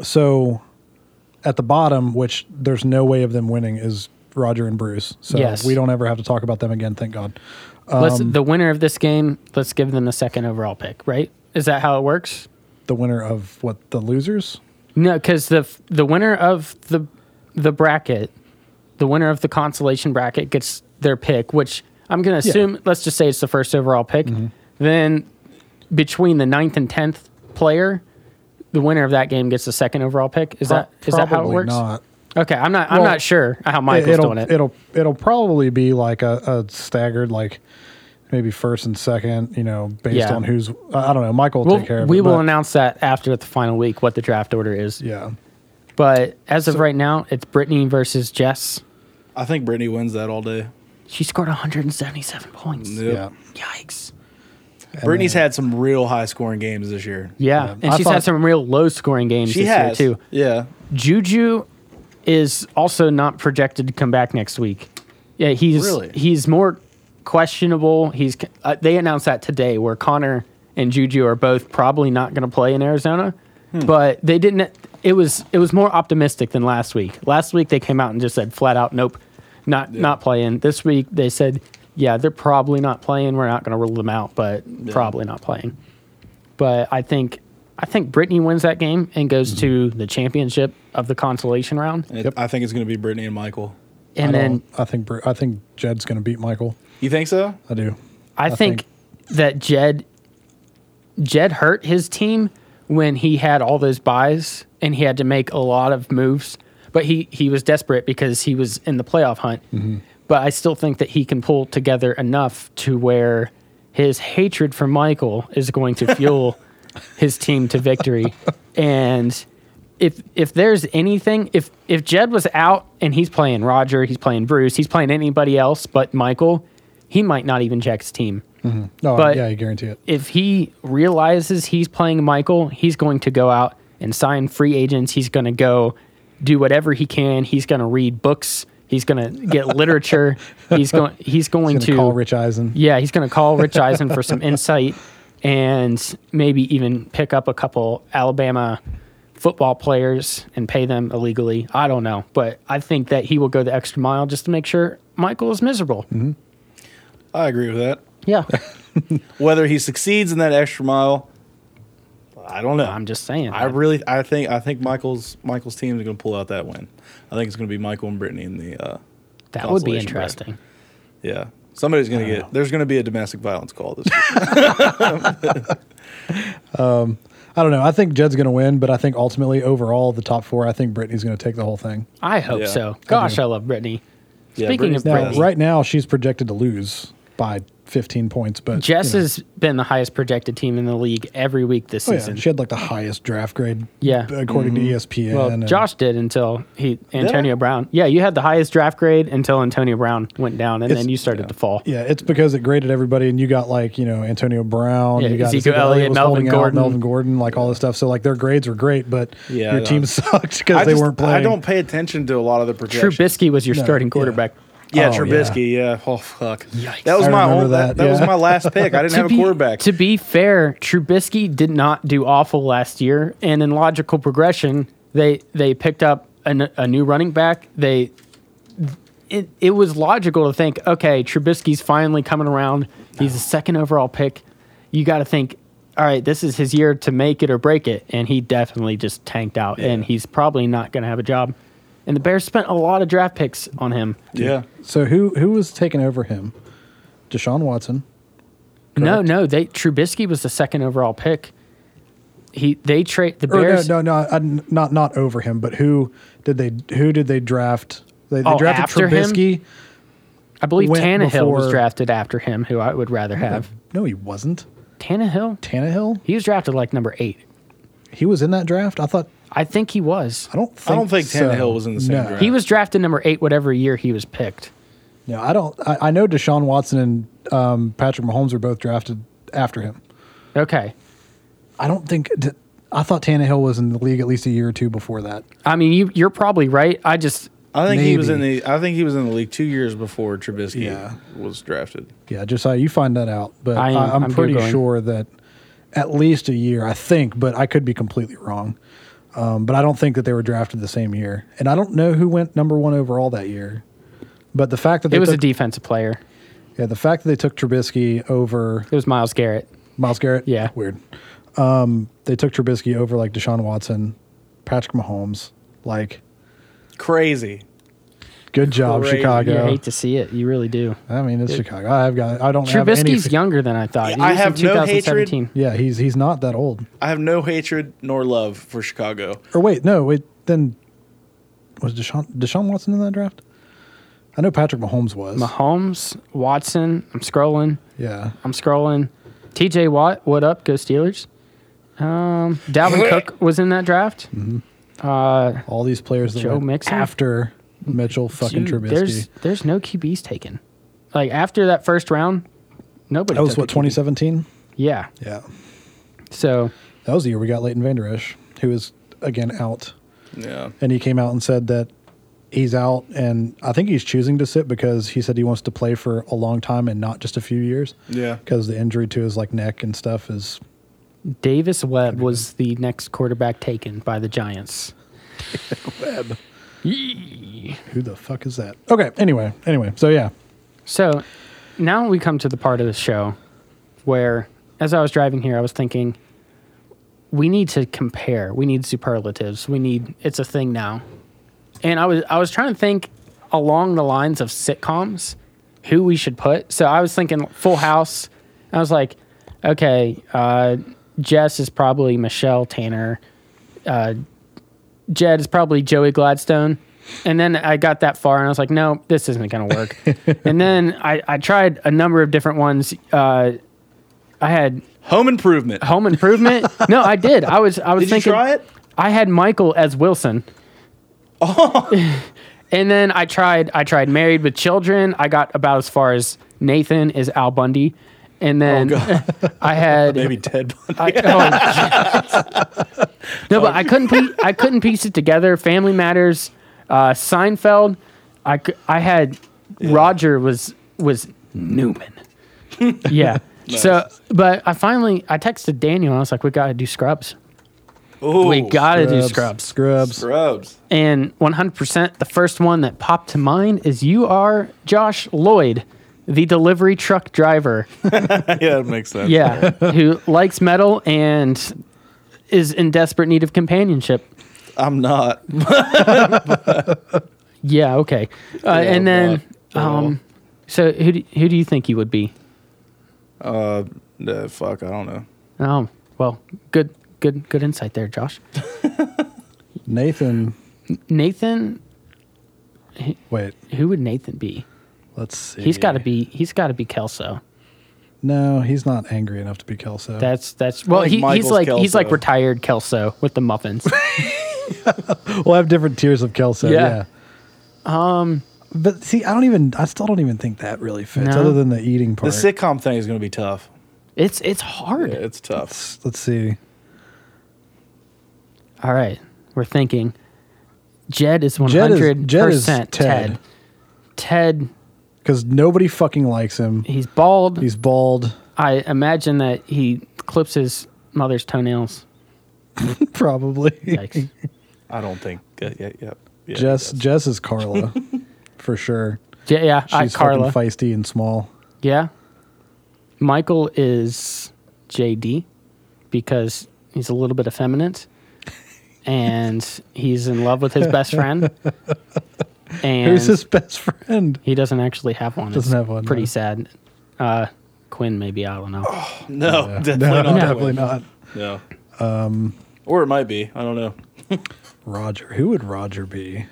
Speaker 1: So at the bottom, which there's no way of them winning, is Roger and Bruce. So
Speaker 2: Yes.
Speaker 1: we don't ever have to talk about them again, thank God.
Speaker 2: let's
Speaker 1: Um,
Speaker 2: the winner of this game. Let's give them the second overall pick. Right? Is that how it works?
Speaker 1: The winner of what the losers?
Speaker 2: No, because the f- the winner of the the bracket, the winner of the consolation bracket gets their pick, which I'm going to assume. Let's just say it's the first overall pick.
Speaker 1: Mm-hmm.
Speaker 2: Then between the ninth and tenth player, the winner of that game gets the second overall pick. Is that is that how it
Speaker 1: Probably
Speaker 2: works?
Speaker 1: Not.
Speaker 2: Okay, I'm not. I'm
Speaker 1: Well,
Speaker 2: not sure how
Speaker 1: It,
Speaker 2: Michael's
Speaker 1: will
Speaker 2: doing it.
Speaker 1: will it'll probably be like a, a staggered like maybe first and second, you know, based
Speaker 2: Yeah.
Speaker 1: on who's I I don't know. Michael will
Speaker 2: We'll-
Speaker 1: take care of
Speaker 2: we
Speaker 1: it.
Speaker 2: will
Speaker 1: but-
Speaker 2: announce that after the final week what the draft order is.
Speaker 1: Yeah.
Speaker 2: But as of right now, it's Brittany versus Jess.
Speaker 3: I think Brittany wins that all day.
Speaker 2: She scored 177 points.
Speaker 1: Yeah.
Speaker 2: Yikes.
Speaker 3: Brittany's had some real high scoring games this year.
Speaker 2: Yeah,
Speaker 1: Yeah.
Speaker 2: and
Speaker 1: I
Speaker 2: she's
Speaker 1: thought-
Speaker 2: had some real low scoring games
Speaker 3: She
Speaker 2: this
Speaker 3: has
Speaker 2: year too.
Speaker 3: Yeah.
Speaker 2: Juju is also not projected to come back next week. Yeah, he's
Speaker 3: Really?
Speaker 2: he's more questionable. He's uh, they announced that today where Connor and Juju are both probably not going to play in Arizona,
Speaker 1: Hmm.
Speaker 2: but they didn't. It was it was more optimistic than last week. Last week they came out and just said flat out nope, not not playing. This week they said yeah they're probably not playing. We're not going to rule them out, but probably not playing but I think I think Brittany wins that game and
Speaker 1: Mm-hmm.
Speaker 2: goes to the championship of the consolation round,
Speaker 3: And I think it's going to be Brittany and Michael.
Speaker 2: and
Speaker 1: I
Speaker 2: then
Speaker 1: don't- I think Bru- I think Jed's going to beat Michael.
Speaker 3: You think so?
Speaker 1: I do.
Speaker 2: I, think, that Jed Jed hurt his team when he had all those buys and he had to make a lot of moves, but he he was desperate because he was in the playoff hunt. But I still think that he can pull together enough to where his hatred for Michael is going *laughs* to fuel his team
Speaker 1: *laughs*
Speaker 2: to victory. And if if there's anything, if if Jed was out and he's playing Roger, he's playing Bruce, he's playing anybody else but Michael, he might not even check his team.
Speaker 1: No,
Speaker 2: But-
Speaker 1: yeah, I guarantee it.
Speaker 2: If he realizes he's playing Michael, he's going to go out and sign free agents. He's going to go do whatever he can. He's going to read books. He's going
Speaker 1: *laughs*
Speaker 2: to get literature. He's going. He's going
Speaker 1: Gonna
Speaker 2: to
Speaker 1: call Rich Eisen.
Speaker 2: yeah, he's going to call Rich Eisen for some insight and maybe even pick up a couple Alabama football players and pay them illegally. I don't know, but I think that he will go the extra mile just to make sure Michael is miserable.
Speaker 3: I agree with that.
Speaker 2: Yeah,
Speaker 3: Whether he succeeds in that extra mile, I don't know.
Speaker 2: *laughs* I'm just saying.
Speaker 3: I really, I think, I think Michael's Michael's team is going to pull out that win. I think it's going to be Michael and Brittany in the. Uh,
Speaker 2: that would be
Speaker 3: consolation bracket.
Speaker 2: interesting.
Speaker 3: Yeah. Somebody's going to get, there's going to be a domestic violence call
Speaker 1: *laughs*
Speaker 3: this week.
Speaker 1: I don't know. I think Jed's going to win, but I think ultimately overall the top 4, I think Brittany's going to take the whole thing.
Speaker 2: I hope
Speaker 3: Yeah, I
Speaker 2: so.
Speaker 1: do.
Speaker 2: Gosh, I, love Brittany.
Speaker 3: Yeah,
Speaker 2: Speaking
Speaker 3: Brittany's
Speaker 2: of
Speaker 1: Now,
Speaker 2: Brittany,
Speaker 1: right now she's projected to lose by 15 points, but
Speaker 2: Jess
Speaker 1: you know,
Speaker 2: has been the highest projected team in the league every week this
Speaker 1: oh yeah,
Speaker 2: season.
Speaker 1: she had like the highest draft grade.
Speaker 2: Yeah.
Speaker 1: according
Speaker 3: Mm-hmm.
Speaker 1: to E ESPN.
Speaker 2: Well,
Speaker 1: and- uh,
Speaker 2: Josh did until he Antonio Brown. Yeah, you had the highest draft grade until Antonio Brown went down, and
Speaker 1: It's-
Speaker 2: then you started to fall.
Speaker 1: Yeah, it's because it graded everybody, and you got like you know Antonio Brown,
Speaker 2: Yeah,
Speaker 1: you got
Speaker 2: Ezekiel
Speaker 1: Ezekiel
Speaker 2: Elliott,
Speaker 1: was
Speaker 2: Melvin
Speaker 1: holding out,
Speaker 2: Gordon.
Speaker 1: Melvin Gordon, like all this stuff. So like their grades were great, but
Speaker 3: Yeah,
Speaker 1: your
Speaker 3: I
Speaker 1: team *laughs*
Speaker 3: know.
Speaker 1: sucked because
Speaker 3: I
Speaker 1: they
Speaker 3: just-
Speaker 1: weren't playing.
Speaker 3: I don't pay attention to a lot of the projections.
Speaker 2: Trubisky was your
Speaker 1: No,
Speaker 2: starting
Speaker 1: yeah.
Speaker 2: quarterback.
Speaker 3: Yeah,
Speaker 1: Oh,
Speaker 3: Trubisky. Yeah. Oh fuck.
Speaker 2: Yikes.
Speaker 3: That was
Speaker 1: I
Speaker 3: my
Speaker 1: remember
Speaker 3: own,
Speaker 1: that,
Speaker 3: that, that was
Speaker 1: yeah.
Speaker 3: my last pick.
Speaker 2: *laughs*
Speaker 3: I didn't have a
Speaker 2: be,
Speaker 3: quarterback.
Speaker 2: To be fair, Trubisky did not do awful last year, and in logical progression, they they picked up an, a new running back. They it, it was logical to think, okay, Trubisky's finally coming around. He's the second overall pick. You got to think, all right, this is his year to make it or break it, and he definitely just tanked out, and he's probably not going to have a job. And the Bears spent a lot of draft picks on him.
Speaker 3: yeah.
Speaker 1: So who who was taking over him? Deshaun Watson.
Speaker 2: No, no, they Trubisky was the second overall pick. He they trade the
Speaker 1: Or no,
Speaker 2: Bears.
Speaker 1: no, no, I- not not over him, but who did they who did they draft? They, they
Speaker 2: Oh,
Speaker 1: drafted
Speaker 2: after him?
Speaker 1: Trubisky.
Speaker 2: I believe
Speaker 1: went
Speaker 2: Tannehill was
Speaker 1: before-
Speaker 2: drafted after him, who I would rather have.
Speaker 1: No, he wasn't.
Speaker 2: Tannehill,
Speaker 1: Tannehill.
Speaker 2: he was drafted like number eight.
Speaker 1: He was in that draft. I thought.
Speaker 2: I think he was.
Speaker 1: I don't. Think
Speaker 3: I don't think
Speaker 1: so.
Speaker 3: Tannehill was in the same
Speaker 1: No.
Speaker 3: draft.
Speaker 2: He was drafted number eight, whatever year he was picked.
Speaker 1: No, I don't. I, I know Deshaun Watson and um, Patrick Mahomes were both drafted after him.
Speaker 2: Okay,
Speaker 1: I don't think. I thought Tannehill was in the league at least a year or two before that.
Speaker 2: I mean you you're probably right. I just
Speaker 3: I think he was in
Speaker 1: Maybe.
Speaker 3: the I think he was in the league two years before Trubisky
Speaker 1: Yeah.
Speaker 3: was drafted.
Speaker 1: Yeah, Josiah, you find that out, but
Speaker 2: I
Speaker 1: I
Speaker 2: am-
Speaker 1: I, am
Speaker 2: I'm
Speaker 1: pretty
Speaker 2: Googling.
Speaker 1: sure that at least a year, I think, but I could be completely wrong. Um, but I don't think that they were drafted the same year, and I don't know who went number one overall that year. But the fact that they
Speaker 2: it was a
Speaker 1: took,
Speaker 2: defensive player.
Speaker 1: yeah, the fact that they took Trubisky over
Speaker 2: It was Miles Garrett.
Speaker 1: Miles Garrett,
Speaker 2: Yeah.
Speaker 1: weird. Um, they took Trubisky over like Deshaun Watson, Patrick Mahomes, like
Speaker 3: Crazy.
Speaker 1: good job,
Speaker 3: Crazy.
Speaker 2: You
Speaker 1: Chicago.
Speaker 2: hate to see it. You really do.
Speaker 1: I mean, it's Chicago. I've got, I don't have any.
Speaker 2: Trubisky's younger than I thought. He was
Speaker 3: I
Speaker 2: in
Speaker 3: have no hatred.
Speaker 2: 2017.
Speaker 1: Yeah, he's he's not that old.
Speaker 3: I have no hatred nor love for Chicago.
Speaker 1: Or wait, no, wait. Then was Deshaun Deshaun Watson in that draft? I know Patrick Mahomes was.
Speaker 2: Mahomes, Watson. I'm scrolling.
Speaker 1: yeah,
Speaker 2: I'm scrolling. TJ Watt, what up? Go Steelers. Um, Dalvin Cook was in that draft.
Speaker 1: Mm-hmm.
Speaker 2: Uh,
Speaker 1: all these players that
Speaker 2: Joe
Speaker 1: went
Speaker 2: Mixon?
Speaker 1: after Mitchell fucking
Speaker 2: dude,
Speaker 1: Trubisky.
Speaker 2: there's there's no QBs taken. Like after that first round, nobody.
Speaker 1: that was
Speaker 2: took a
Speaker 1: what
Speaker 2: QB.
Speaker 1: 2017.
Speaker 2: Yeah.
Speaker 1: Yeah,
Speaker 2: So
Speaker 1: that was the year we got Leighton Vander Esch, who is again out,
Speaker 3: Yeah.
Speaker 1: and he came out and said that he's out, and I think he's choosing to sit because he said he wants to play for a long time and not just a few years.
Speaker 3: Yeah.
Speaker 1: because the injury to his like neck and stuff is
Speaker 2: Davis Webb was the next quarterback taken by the Giants.
Speaker 1: who the fuck is that? Okay, anyway, anyway, so yeah,
Speaker 2: So now we come to the part of the show where, as I was driving here, I was thinking, we need to compare. We need superlatives. We need it's a thing now. And I was I was trying to think along the lines of sitcoms, who we should put. So I was thinking Full House. I was like, okay, uh, Jess is probably Michelle Tanner. Jed is probably Joey Gladstone. And then I got that far and I was like, no, this isn't going to
Speaker 3: *laughs*
Speaker 2: work. and then I, I tried a number of different ones. Uh, I had
Speaker 3: Home improvement.
Speaker 2: Home
Speaker 3: *laughs*
Speaker 2: Improvement. no, I did. I was I was
Speaker 3: Did you
Speaker 2: thinking.
Speaker 3: try it?
Speaker 2: I had Michael as Wilson.
Speaker 3: Oh.
Speaker 2: *laughs* and then I tried I tried Married with Children. I got about as far as Nathan is Al Bundy. And then *laughs* I had
Speaker 3: Oh, *laughs* Maybe Ted Bundy.
Speaker 2: I,
Speaker 3: *laughs*
Speaker 2: oh, Jesus. no, but I couldn't. Pie- I couldn't piece it together. Family Matters, uh, Seinfeld. I, c- I had Roger was was
Speaker 3: *laughs*
Speaker 2: Newman. yeah. So, but I finally I texted Daniel. and I was like, we got to do Scrubs.
Speaker 3: Ooh,
Speaker 2: we got to do
Speaker 1: Scrubs,
Speaker 2: Scrubs.
Speaker 1: scrubs.
Speaker 3: Scrubs. *laughs*
Speaker 2: And 100%, the first one that popped to mind is you are Josh Lloyd, the delivery truck
Speaker 3: *laughs*
Speaker 2: driver.
Speaker 3: yeah, that makes sense.
Speaker 2: Yeah, who likes metal and is in desperate need of companionship.
Speaker 3: I'm not.
Speaker 2: Uh, Yeah, okay. Uh, and then,
Speaker 3: God.
Speaker 2: um, so who do, who do you think you would be?
Speaker 3: Uh, no, fuck, I don't know.
Speaker 2: Oh, well, good, good, good insight there, Josh.
Speaker 1: Nathan,
Speaker 2: Nathan,
Speaker 1: wait,
Speaker 2: who would Nathan be?
Speaker 1: let's see.
Speaker 2: He's got to be. He's got to be Kelso.
Speaker 1: No, he's not angry enough to be Kelso.
Speaker 2: That's that's. Well,
Speaker 3: like
Speaker 2: he, he's
Speaker 3: Michael's
Speaker 2: like he's like
Speaker 3: Kelso.
Speaker 2: retired Kelso with the
Speaker 3: *laughs*
Speaker 2: muffins.
Speaker 1: we'll have different tiers of Kelso.
Speaker 2: Yeah.
Speaker 1: Yeah. Um, but see, I don't even. I still don't even think that really fits,
Speaker 2: No.
Speaker 1: other than the eating
Speaker 3: The
Speaker 1: part.
Speaker 3: sitcom thing is going to be tough.
Speaker 2: it's it's hard.
Speaker 3: Yeah, it's tough.
Speaker 1: Let's- Let's see.
Speaker 2: All right, we're thinking. Jed is one
Speaker 1: Jed is
Speaker 2: hundred
Speaker 1: Jed is
Speaker 2: percent Ted.
Speaker 1: Ted.
Speaker 2: Ted
Speaker 1: because nobody fucking likes him.
Speaker 2: He's bald.
Speaker 1: He's bald, *laughs*
Speaker 2: I imagine that he clips his mother's toenails.
Speaker 1: probably.
Speaker 2: Yikes.
Speaker 3: I don't think. Yeah, yeah, yeah. yeah
Speaker 1: Jess Jess is Carla *laughs* for sure.
Speaker 2: yeah, yeah. I,
Speaker 1: She's fucking
Speaker 2: Carla.
Speaker 1: feisty and small.
Speaker 2: Yeah. Michael is JD because he's a little bit effeminate and he's in love with his
Speaker 1: *laughs*
Speaker 2: best friend. And
Speaker 1: Who's his best friend?
Speaker 2: he doesn't actually have one.
Speaker 1: Doesn't
Speaker 2: It's
Speaker 1: have one,
Speaker 2: Pretty
Speaker 1: no.
Speaker 2: sad. Uh, Quinn, maybe. I don't know.
Speaker 3: No,
Speaker 1: *laughs*
Speaker 3: definitely
Speaker 1: no,
Speaker 3: not. that
Speaker 1: definitely
Speaker 3: one.
Speaker 1: not.
Speaker 3: No. Um, or it might be. I don't know.
Speaker 1: Roger. Who would Roger be?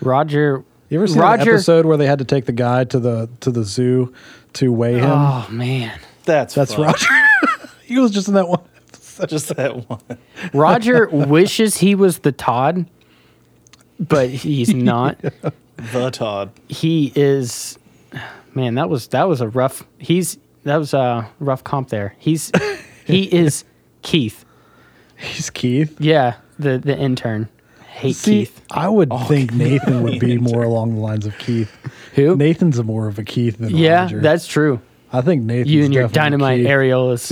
Speaker 2: Roger.
Speaker 1: You ever seen that
Speaker 2: Roger.
Speaker 1: episode where they had to take the guy to the to the zoo to weigh him?
Speaker 2: Oh, man.
Speaker 3: That's
Speaker 1: That's
Speaker 3: fun.
Speaker 1: Roger. *laughs* he was just in that one.
Speaker 3: *laughs* Just that one.
Speaker 1: *laughs*
Speaker 2: Roger wishes he was the Todd,
Speaker 1: *laughs*
Speaker 2: but he's not.
Speaker 3: The Todd.
Speaker 2: He is man, that was that was a rough he's that was a rough comp there. He's
Speaker 1: *laughs*
Speaker 2: he is Keith.
Speaker 1: He's Keith.
Speaker 2: Yeah, the the intern. Hate
Speaker 1: See,
Speaker 2: oh, Keith.
Speaker 1: I would think Nathan would
Speaker 2: *laughs*
Speaker 1: be more along the lines of Keith.
Speaker 2: Who?
Speaker 1: Nathan's a more of a Keith than
Speaker 2: yeah,
Speaker 1: Roger.
Speaker 2: that's true.
Speaker 1: I think Nathan.
Speaker 2: You and your dynamite
Speaker 1: *laughs*
Speaker 2: areolas.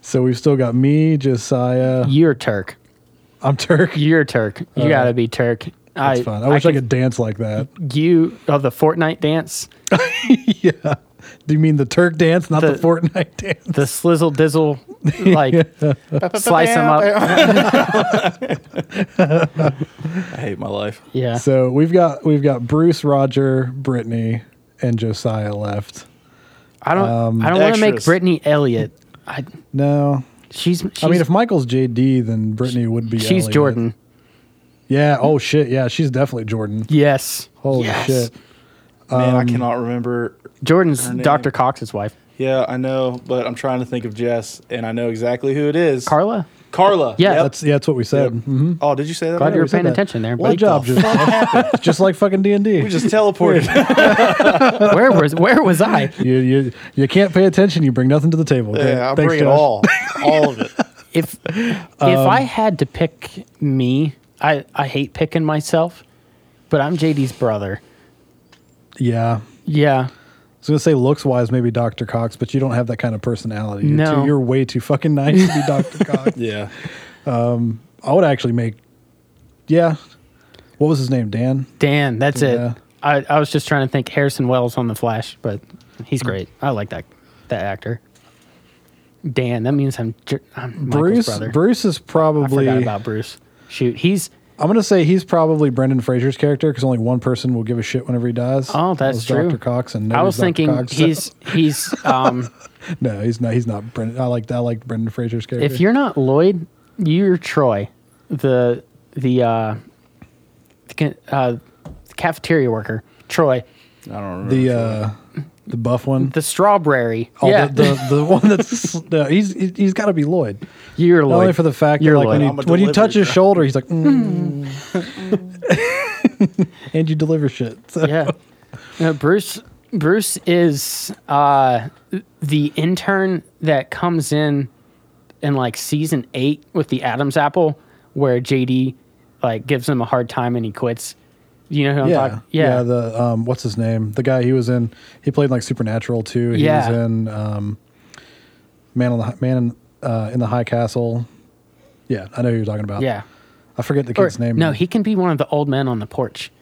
Speaker 1: So we've still got me, Josiah.
Speaker 2: You're Turk.
Speaker 1: I'm Turk.
Speaker 2: You're Turk. You
Speaker 1: Uh,
Speaker 2: gotta be Turk.
Speaker 1: That's fine. I wish I, could dance like that.
Speaker 2: could you oh the Fortnite dance,
Speaker 1: yeah. Do you mean the Turk dance, not the,
Speaker 2: The-
Speaker 1: Fortnite *laughs* dance?
Speaker 2: the slizzle
Speaker 1: *laughs*
Speaker 2: dizzle like slice them
Speaker 3: *laughs*
Speaker 2: up.
Speaker 3: I hate my life.
Speaker 2: Yeah.
Speaker 1: So we've got we've got Bruce, Roger, Brittany, and Josiah left.
Speaker 2: I don't.
Speaker 1: um,
Speaker 2: I don't want to make
Speaker 3: extras.
Speaker 2: Brittany Elliott. I,
Speaker 1: No,
Speaker 2: she's. she's
Speaker 1: I mean if Michael's JD, then Brittany would be.
Speaker 2: she's
Speaker 1: Elliot.
Speaker 2: Jordan.
Speaker 1: Yeah. Oh shit. Yeah, she's definitely Jordan.
Speaker 2: Yes.
Speaker 1: Holy
Speaker 2: Yes.
Speaker 1: shit.
Speaker 3: Man,
Speaker 1: Um,
Speaker 3: I cannot remember.
Speaker 2: Jordan's
Speaker 3: Her name.
Speaker 2: Dr. Cox's wife,
Speaker 3: Yeah, I know, but I'm trying to think of Jess, and I know exactly who it is.
Speaker 2: Carla.
Speaker 3: Carla.
Speaker 2: Yeah.
Speaker 1: That's yeah, that's what we said. Mm-hmm.
Speaker 3: Yep. Oh, did you say that?
Speaker 2: Glad you were
Speaker 1: said
Speaker 2: paying
Speaker 1: that.
Speaker 2: attention there.
Speaker 1: What
Speaker 2: buddy.
Speaker 1: job, just, just like fucking D and
Speaker 3: We
Speaker 1: D. *laughs*
Speaker 3: just teleported.
Speaker 2: where was Where was I?
Speaker 1: You you you can't pay attention. You bring nothing to the table. okay?
Speaker 3: yeah, I'll
Speaker 1: Thanks,
Speaker 3: bring it
Speaker 1: Josh. *laughs*
Speaker 3: all. All of it.
Speaker 2: If If I
Speaker 1: Um,
Speaker 2: had to pick me, I I hate picking myself, but I'm JD's brother.
Speaker 1: Yeah.
Speaker 2: Yeah.
Speaker 1: I was gonna say looks wise, maybe Dr. Cox, but you don't have that kind of personality. You're,
Speaker 2: No.
Speaker 1: too, you're way too fucking nice
Speaker 2: *laughs*
Speaker 1: to be Dr. Cox.
Speaker 3: Yeah.
Speaker 1: I would actually make, yeah. What was his name? Dan.
Speaker 2: Dan. That's
Speaker 1: Yeah.
Speaker 2: it. I I was just trying to think Harrison Wells on The Flash, but he's
Speaker 1: Mm-hmm.
Speaker 2: great. I like that that actor. Dan. That means I'm, Jer- I'm Michael's
Speaker 1: Bruce.
Speaker 2: brother.
Speaker 1: Bruce is probably.
Speaker 2: I forgot about Bruce. Shoot, he's
Speaker 1: I'm gonna say he's probably Brendan Fraser's character because only one person will give a shit whenever he dies.
Speaker 2: Oh,
Speaker 1: That
Speaker 2: that's
Speaker 1: was Dr.
Speaker 2: true.
Speaker 1: Cox and
Speaker 2: I
Speaker 1: nobody's
Speaker 2: was
Speaker 1: Dr.
Speaker 2: thinking
Speaker 1: Cox, *laughs* so-
Speaker 2: he's he's um
Speaker 1: no, he's not. He's not Brendan. I like I like Brendan Fraser's character. *laughs*
Speaker 2: if you're not Lloyd, you're Troy, the the uh the, ca- uh, the cafeteria worker. Troy,
Speaker 3: I don't remember.
Speaker 1: the uh, the buff one.
Speaker 2: the strawberry.
Speaker 1: Oh,
Speaker 2: yeah,
Speaker 1: the, the the one that's no, he's he's got to be Lloyd.
Speaker 2: *laughs* you're
Speaker 1: Not
Speaker 2: Lloyd.
Speaker 1: only for the fact that
Speaker 2: You're
Speaker 1: like when,
Speaker 2: Lloyd.
Speaker 1: you,
Speaker 3: I'm a
Speaker 1: when you touch his
Speaker 3: delivery
Speaker 1: shoulder, he's
Speaker 2: *laughs*
Speaker 1: like, mm. *laughs* and you deliver shit. So,
Speaker 2: yeah. No, Bruce Bruce is uh the intern that comes in in like season 8 with the Adam's apple where JD like gives him a hard time and he quits. You know who I'm
Speaker 1: yeah,
Speaker 2: talking yeah.
Speaker 1: The um, what's his name? The guy he was in. He played in, like Supernatural too. He
Speaker 2: Yeah.
Speaker 1: was in um, Man on the Hi- Man in, uh, in the High Castle. Yeah, I know who you're talking about.
Speaker 2: yeah.
Speaker 1: I forget the
Speaker 2: Or-
Speaker 1: kid's name.
Speaker 2: No, he can be one of the old men on the porch.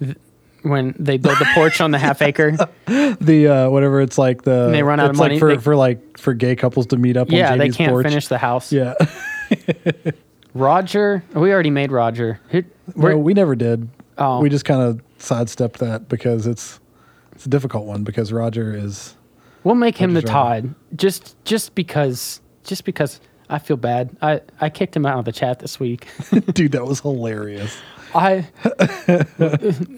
Speaker 2: Th- When they build the porch on the
Speaker 1: *laughs*
Speaker 2: half acre,
Speaker 1: *laughs* the uh, whatever it's like the
Speaker 2: They run out of
Speaker 1: it's
Speaker 2: money.
Speaker 1: like for,
Speaker 2: They-
Speaker 1: for like for gay couples to meet up.
Speaker 2: yeah,
Speaker 1: on
Speaker 2: they
Speaker 1: JD's
Speaker 2: can't
Speaker 1: porch.
Speaker 2: finish the house.
Speaker 1: Yeah, *laughs*
Speaker 2: Roger, we already made Roger. Who,
Speaker 1: well,
Speaker 2: we're-
Speaker 1: we never did.
Speaker 2: Oh.
Speaker 1: We just kind of sidestepped that because it's it's a difficult one because Roger is *laughs*
Speaker 2: We'll make him the
Speaker 1: Roger's right.
Speaker 2: Todd just just because just because I feel bad. I I kicked him out of the chat
Speaker 1: *laughs*
Speaker 2: this week.
Speaker 1: dude. That was hilarious.
Speaker 2: I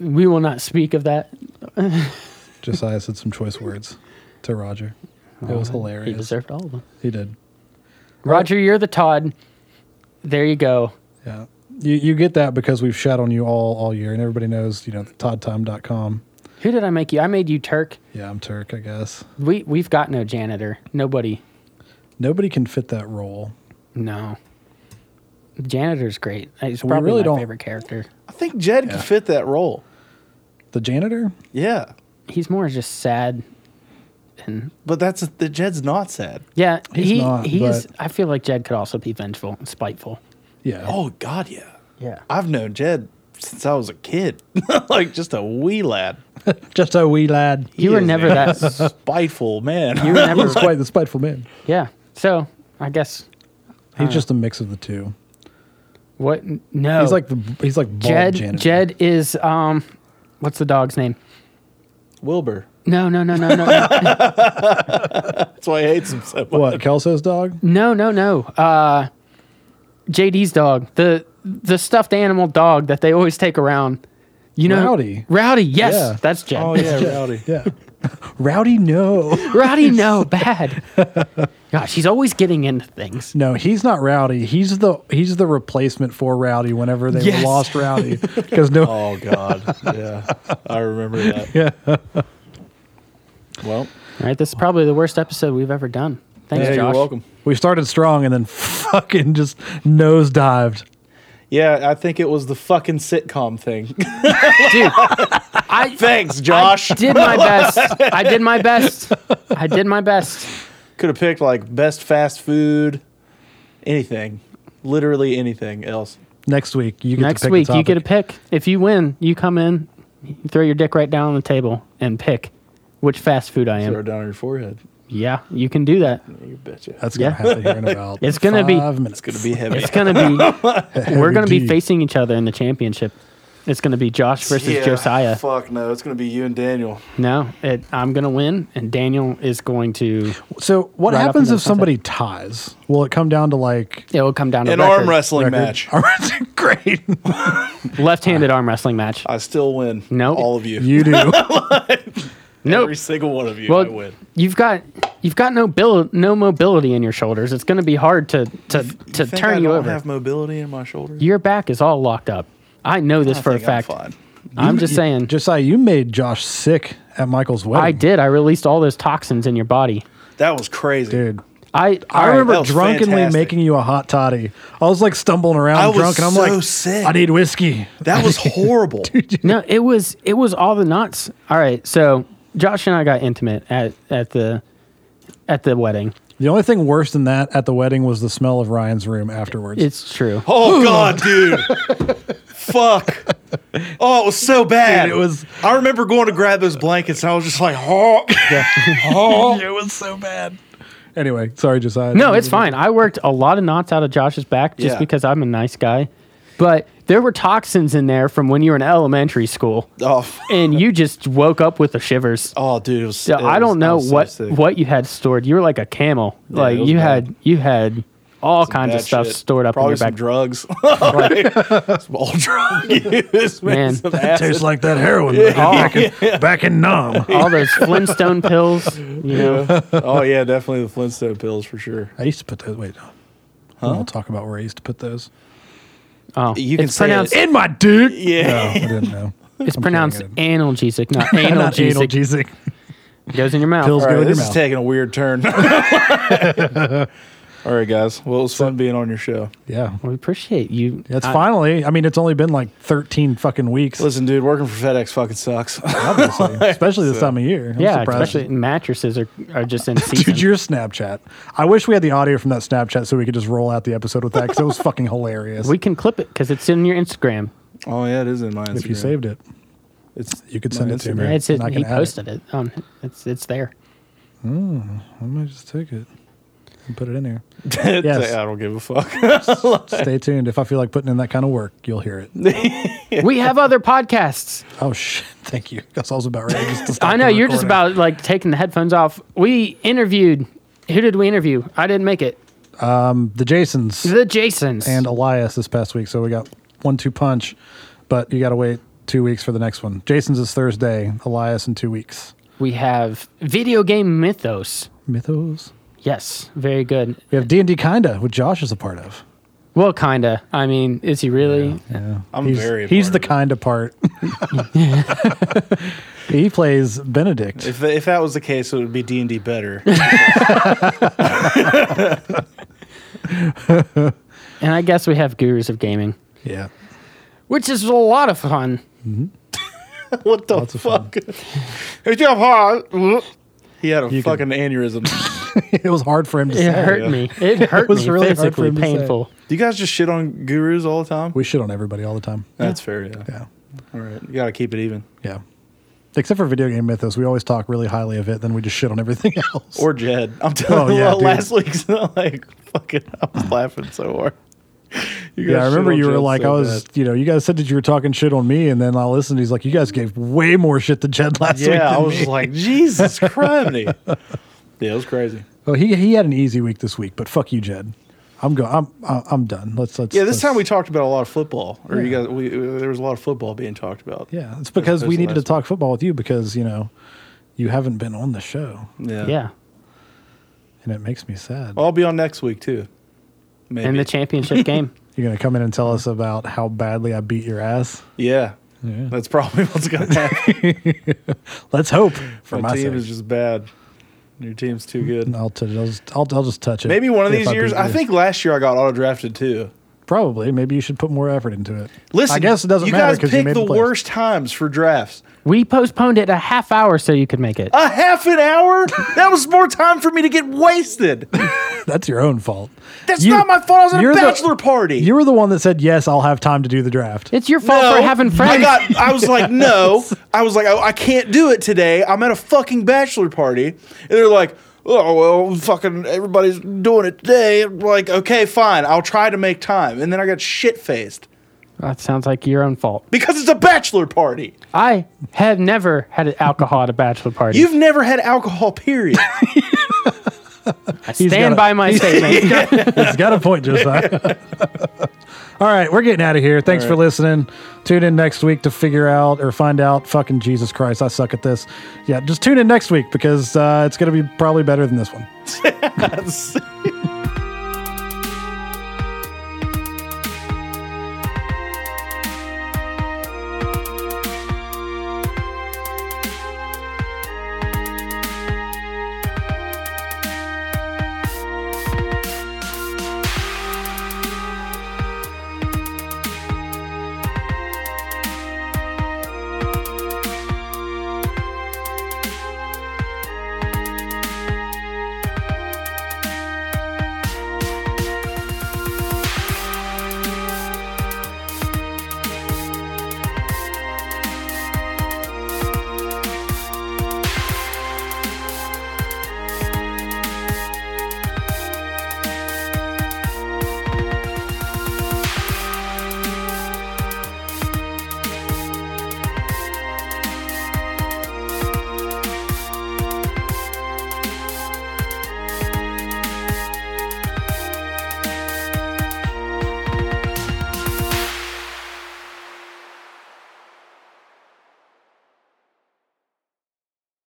Speaker 2: we will not speak of that.
Speaker 1: Josiah said some choice words to Roger. It was hilarious.
Speaker 2: Oh, He deserved all of them.
Speaker 1: He did.
Speaker 2: Roger, you're the Todd. There you go.
Speaker 1: Yeah. You you get that because we've shat on you all all year and everybody knows you know toddtime.com.
Speaker 2: Who did I make you? I made you Turk.
Speaker 1: Yeah, I'm Turk, I guess.
Speaker 2: We we've got no janitor. Nobody.
Speaker 1: Nobody can fit that role.
Speaker 2: No. Janitor's great. He's
Speaker 1: We
Speaker 2: probably
Speaker 1: really
Speaker 2: my
Speaker 1: don't-
Speaker 2: favorite character.
Speaker 3: I think Jed could fit that role.
Speaker 1: The janitor?
Speaker 3: Yeah,
Speaker 2: He's more just sad, and
Speaker 3: but that's the Jed's not sad.
Speaker 2: yeah,
Speaker 1: He's
Speaker 2: he
Speaker 1: not,
Speaker 2: he is.
Speaker 1: but-
Speaker 2: I feel like Jed could also be vengeful and spiteful.
Speaker 1: Yeah.
Speaker 3: Oh God, yeah.
Speaker 2: Yeah,
Speaker 3: I've known Jed since I was a kid, *laughs* like just a wee lad.
Speaker 1: Just a wee lad.
Speaker 2: you were
Speaker 3: is,
Speaker 2: never
Speaker 1: *laughs*
Speaker 3: man.
Speaker 2: that.
Speaker 3: *laughs* Spiteful man.
Speaker 2: You were never.
Speaker 1: He's quite the spiteful man.
Speaker 2: *laughs* yeah. So I guess
Speaker 1: He's just a mix of the two.
Speaker 2: what? No,
Speaker 1: He's like the he's like bald
Speaker 2: Oh. Jed.
Speaker 1: janitor.
Speaker 2: Jed is um, what's the dog's name?
Speaker 3: *laughs* Wilbur.
Speaker 2: No, no, no, no, no, no,
Speaker 3: That's why he hates him so much.
Speaker 1: What Kelso's dog?
Speaker 2: no, no, no. Uh, JD's dog, the the stuffed animal dog that they always take around. You know,
Speaker 1: Rowdy.
Speaker 2: Rowdy, yes,
Speaker 1: Yeah.
Speaker 2: that's Jed.
Speaker 3: Oh yeah, rowdy.
Speaker 1: *laughs* Yeah. Rowdy? No.
Speaker 2: *laughs*
Speaker 1: *laughs*
Speaker 2: Rowdy, no, bad. Gosh, he's always getting into things.
Speaker 1: No, he's not Rowdy. He's the he's the replacement for Rowdy whenever they
Speaker 2: Yes.
Speaker 1: were lost
Speaker 3: *laughs*
Speaker 1: Rowdy because no.
Speaker 3: *laughs* Oh God, yeah, I remember that.
Speaker 1: Yeah.
Speaker 3: Well,
Speaker 2: All right, this is probably the worst episode we've ever done. Thanks, Josh.
Speaker 3: yeah, you're welcome.
Speaker 1: We started strong and then fucking just nosedived.
Speaker 3: Yeah, I think it was the fucking sitcom thing. *laughs*
Speaker 2: dude. I
Speaker 3: Thanks, Josh.
Speaker 2: did my best.
Speaker 3: *laughs*
Speaker 2: I did my best. I did my best.
Speaker 3: Could have picked like best fast food, anything, literally anything else.
Speaker 1: Next week you get to
Speaker 2: Next
Speaker 1: pick
Speaker 2: week,
Speaker 1: the
Speaker 2: you get a
Speaker 1: topic.
Speaker 2: pick. If you win, you come in, you throw your dick right down on the table, and pick which fast food I am.
Speaker 3: Throw it down on your forehead.
Speaker 2: Yeah, you can do that.
Speaker 3: You betcha.
Speaker 1: That's gonna
Speaker 2: Yeah.
Speaker 1: happen here
Speaker 2: *laughs*
Speaker 1: in about.
Speaker 2: It's gonna be-
Speaker 1: five minutes.
Speaker 3: It's gonna be heavy.
Speaker 2: It's gonna
Speaker 1: *laughs*
Speaker 2: be. we're gonna be
Speaker 1: D.
Speaker 2: facing each other in the championship. It's gonna be Josh versus
Speaker 3: Yeah,
Speaker 2: Josiah.
Speaker 3: Fuck no, it's gonna be you and Daniel.
Speaker 2: No, it, I'm gonna win, and Daniel is going to.
Speaker 1: So what
Speaker 2: Right up
Speaker 1: happens
Speaker 2: into
Speaker 1: if
Speaker 2: the
Speaker 1: somebody ties? Will it come down to like
Speaker 2: It will come down to
Speaker 3: An
Speaker 2: record.
Speaker 3: arm
Speaker 1: *laughs*
Speaker 3: wrestling match. *laughs*
Speaker 1: great?
Speaker 2: left-handed arm wrestling match.
Speaker 3: I still win.
Speaker 2: Nope.
Speaker 3: all of you.
Speaker 1: You do.
Speaker 2: nope.
Speaker 3: Every single one of you, I
Speaker 2: Well,
Speaker 3: win.
Speaker 2: you've got you've got no bil- no mobility in your shoulders. It's going to be hard to to, to
Speaker 3: Think I
Speaker 2: turn you
Speaker 3: don't
Speaker 2: over.
Speaker 3: Have mobility in my shoulders.
Speaker 2: your back is all locked up. I know this
Speaker 3: I
Speaker 2: for a
Speaker 3: think I'm
Speaker 2: fact.
Speaker 3: fine.
Speaker 2: I'm just saying.
Speaker 1: Josiah, you made Josh sick at Michael's wedding.
Speaker 2: I did. I released all those toxins in your body.
Speaker 3: That was crazy.
Speaker 1: dude. I
Speaker 2: I all right,
Speaker 1: remember
Speaker 3: that was
Speaker 1: drunkenly
Speaker 3: fantastic.
Speaker 1: making you a hot toddy. I was like stumbling around
Speaker 3: I was
Speaker 1: drunk, and I'm
Speaker 3: so
Speaker 1: like,
Speaker 3: sick.
Speaker 1: I need whiskey. *laughs*
Speaker 2: *laughs*
Speaker 3: That was horrible.
Speaker 2: no, it was it was all the nuts. All right, so Josh and I got intimate at at the at the wedding.
Speaker 1: The only thing worse than that at the wedding was the smell of Ryan's room afterwards.
Speaker 2: It's true.
Speaker 3: Oh god, dude. Fuck. Oh, it was so bad.
Speaker 1: Dude, it was-
Speaker 3: I remember going to grab those blankets and I was just like,
Speaker 2: *laughs*
Speaker 3: oh, *laughs* oh.
Speaker 1: it was so bad. Anyway, sorry, Josiah.
Speaker 2: No, it's fine. I worked a lot of knots out of Josh's back just
Speaker 3: Yeah.
Speaker 2: because I'm a nice guy. But there were toxins in there from when you were in elementary school,
Speaker 3: oh, f-
Speaker 2: and you just woke up with the
Speaker 3: *laughs*
Speaker 2: shivers.
Speaker 3: oh, dude. It was,
Speaker 2: So
Speaker 3: it
Speaker 2: I
Speaker 3: was-
Speaker 2: don't know
Speaker 3: was so
Speaker 2: what
Speaker 3: sick.
Speaker 2: what you had stored. You were like a camel. like
Speaker 3: it was
Speaker 2: you
Speaker 3: bad.
Speaker 2: had you had all kinds
Speaker 3: Bad
Speaker 2: of stuff
Speaker 3: shit.
Speaker 2: stored up
Speaker 3: Probably
Speaker 2: in your
Speaker 3: some
Speaker 2: back.
Speaker 3: drugs. *laughs* some all *laughs* drug use.
Speaker 2: Man.
Speaker 3: Man, some
Speaker 1: It tastes
Speaker 3: acid.
Speaker 1: like that heroin back,
Speaker 2: *laughs*
Speaker 1: in, back in Nam.
Speaker 2: all those
Speaker 3: *laughs*
Speaker 2: Flintstone pills. You know,
Speaker 3: oh yeah, definitely the Flintstone pills for sure.
Speaker 1: I used to put those. Wait, no. We'll talk about where I used to put those.
Speaker 2: oh,
Speaker 3: You can
Speaker 2: it's
Speaker 3: say it.
Speaker 2: pronounced
Speaker 1: In my dude. No,
Speaker 3: Yeah.
Speaker 1: I didn't know.
Speaker 2: *laughs* it's
Speaker 3: *laughs*
Speaker 2: pronounced
Speaker 1: kidding.
Speaker 2: analgesic, not
Speaker 1: Not
Speaker 2: analgesic.
Speaker 1: analgesic.
Speaker 2: Goes in your mouth.
Speaker 1: Pills
Speaker 3: All
Speaker 1: go
Speaker 3: right,
Speaker 1: in your
Speaker 3: this is
Speaker 1: mouth.
Speaker 3: taking a weird turn. *laughs* all right, guys. Well, it was fun being on your show.
Speaker 1: yeah.
Speaker 2: We appreciate you.
Speaker 1: It's
Speaker 2: I-
Speaker 1: finally. I mean, it's only been like 13 fucking weeks,
Speaker 3: Listen, dude, working for FedEx fucking
Speaker 2: *laughs*
Speaker 3: sucks. *laughs*
Speaker 1: obviously, especially this time of year. I'm
Speaker 2: Yeah,
Speaker 1: surprised.
Speaker 2: especially mattresses are, are
Speaker 3: *laughs*
Speaker 2: just in season.
Speaker 1: Dude, your Snapchat. I wish we had the audio from that Snapchat so we could just roll out the episode with that because it was fucking hilarious.
Speaker 2: We can clip it because it's in your Instagram.
Speaker 3: oh yeah, it is in my Instagram.
Speaker 1: if you saved it, *laughs*
Speaker 3: it's *laughs*
Speaker 1: you could send
Speaker 3: my
Speaker 1: it to
Speaker 3: Instagram.
Speaker 1: me.
Speaker 3: Yeah,
Speaker 2: It's it,
Speaker 1: and I
Speaker 2: he
Speaker 1: can add it.
Speaker 2: posted it. on it's it's
Speaker 3: *laughs*
Speaker 2: there.
Speaker 1: I might just take it and put it in there. Yes.
Speaker 3: I don't give a fuck. *laughs*
Speaker 1: Stay tuned. If I feel like putting in that kind of work, you'll hear
Speaker 2: *laughs*
Speaker 1: it.
Speaker 2: We have other podcasts.
Speaker 1: oh shit! Thank you. That's also about ready. Just to stop
Speaker 2: *laughs* I know
Speaker 1: the
Speaker 2: you're just
Speaker 1: recording.
Speaker 2: about like taking the headphones off. We interviewed. Who did we interview? I didn't make it.
Speaker 1: the Jasons
Speaker 2: The Jasons.
Speaker 1: and Elias this past week, so we got one two punch. But you got to wait two weeks for the next one. Jason's is Thursday. Elias in two weeks.
Speaker 2: we have video game mythos.
Speaker 1: Mythos.
Speaker 2: Yes, very good.
Speaker 1: We have D and D kinda, which Josh is a part of.
Speaker 2: Well, kinda. I mean, is he really?
Speaker 1: Yeah.
Speaker 3: I'm
Speaker 1: he's,
Speaker 3: very a
Speaker 1: He's
Speaker 3: part
Speaker 1: the
Speaker 3: of it.
Speaker 1: kind of part.
Speaker 2: *laughs*
Speaker 1: *laughs* he plays Benedict.
Speaker 3: If, if that was the case, it would be D and D better. *laughs*
Speaker 2: And I guess we have Gurus of Gaming,
Speaker 1: Yeah.
Speaker 2: which is a lot of fun.
Speaker 3: what the
Speaker 1: Lots of fun.
Speaker 3: fuck? It's
Speaker 1: *laughs*
Speaker 3: your heart. He had a
Speaker 1: You
Speaker 3: fucking
Speaker 1: can- *laughs*
Speaker 3: aneurysm.
Speaker 1: *laughs* it was hard for him to
Speaker 2: It
Speaker 1: say.
Speaker 2: hurt
Speaker 1: *laughs*
Speaker 3: yeah.
Speaker 2: me. It hurt
Speaker 1: was
Speaker 2: me.
Speaker 1: really hard for
Speaker 2: physically
Speaker 1: him to say.
Speaker 2: painful.
Speaker 3: Do you guys just shit on gurus all the time?
Speaker 1: We shit on everybody all the time.
Speaker 3: That's fair. Yeah.
Speaker 1: Yeah.
Speaker 3: All right. You got to keep it even.
Speaker 1: Yeah. Except for video game mythos, we always talk really highly of it, then we just shit on everything *laughs* else.
Speaker 3: Or Jed. I'm telling
Speaker 1: Oh,
Speaker 3: you,
Speaker 1: yeah,
Speaker 3: well,
Speaker 1: dude.
Speaker 3: last week's *laughs* like fucking. I was laughing so hard. *laughs* You guys
Speaker 1: yeah, I
Speaker 3: shit
Speaker 1: remember
Speaker 3: on
Speaker 1: you were
Speaker 3: Jed
Speaker 1: like,
Speaker 3: so
Speaker 1: I was, *laughs*
Speaker 3: bad.
Speaker 1: you know, you guys said that you were talking shit on me, and then I listened. He's like, you guys gave way more shit to Jed last week.
Speaker 3: Yeah, I
Speaker 1: than
Speaker 3: was
Speaker 1: me."
Speaker 3: just
Speaker 1: *laughs*
Speaker 3: like, Jesus Christ. yeah, it was crazy.
Speaker 1: Oh, he he had an easy week this week, but fuck you, Jed. I'm go. I'm I- I'm done. Let's let's.
Speaker 3: Yeah, this
Speaker 1: let's-
Speaker 3: time we talked about a lot of football, or you
Speaker 1: Yeah.
Speaker 3: guys, we, uh, there was a lot of football being talked about.
Speaker 1: Yeah, it's because we
Speaker 3: That's
Speaker 1: needed to
Speaker 3: last
Speaker 1: talk football with you because you know you haven't been on the show,
Speaker 3: yeah.
Speaker 2: Yeah.
Speaker 1: and it makes me sad.
Speaker 3: Well, I'll be on next week too. Maybe.
Speaker 2: In the
Speaker 1: *laughs*
Speaker 2: championship game.
Speaker 1: You're gonna come in and tell us about how badly I beat your ass.
Speaker 3: yeah.
Speaker 1: Yeah.
Speaker 3: that's probably
Speaker 1: *laughs*
Speaker 3: what's gonna happen.
Speaker 1: Let's hope for
Speaker 3: My
Speaker 1: my
Speaker 3: team
Speaker 1: sake.
Speaker 3: is just bad. Your team's too good.
Speaker 1: I'll, t- I'll just I'll, I'll just touch it.
Speaker 3: Maybe one of
Speaker 1: if
Speaker 3: these years.
Speaker 1: beat
Speaker 3: I
Speaker 1: you.
Speaker 3: think last year I got auto drafted too.
Speaker 1: probably maybe you should put more effort into it.
Speaker 3: Listen,
Speaker 1: I guess it doesn't
Speaker 3: you
Speaker 1: matter
Speaker 3: guys
Speaker 1: because you
Speaker 3: pick
Speaker 1: made
Speaker 3: the
Speaker 1: the, playoffs.
Speaker 3: worst times for drafts.
Speaker 2: We postponed it a half hour so you could make it.
Speaker 3: A half
Speaker 1: *laughs*
Speaker 3: an hour? that was more time for me to get wasted.
Speaker 1: That's your own fault.
Speaker 3: That's
Speaker 1: You-
Speaker 3: not my fault. I was at
Speaker 1: you're
Speaker 3: a
Speaker 1: the-
Speaker 3: bachelor party.
Speaker 1: You were the one that said yes. I'll have time to do the
Speaker 2: *laughs*
Speaker 1: draft.
Speaker 2: It's your fault for having
Speaker 3: I
Speaker 2: friends.
Speaker 3: got. I
Speaker 1: *laughs*
Speaker 3: was like, no. I was like, I, I can't do it today. I'm at a fucking bachelor party, and they're like, oh well, fucking everybody's doing it today. I'm like, okay, fine. I'll try to make time, and then I got shit faced
Speaker 2: that sounds like your own fault.
Speaker 3: because it's a bachelor party.
Speaker 2: I have never had alcohol at a bachelor party.
Speaker 3: You've never had alcohol, period.
Speaker 2: I
Speaker 1: got
Speaker 2: stand
Speaker 1: a-
Speaker 2: by my statement.
Speaker 1: It's got a point, Josiah. *laughs* All right, we're getting out of here. Thanks for listening. Tune in next week to figure out or find out. Fucking Jesus Christ, I suck at this. Yeah, just tune in next week because uh, it's going to be probably better than this one.
Speaker 3: That's-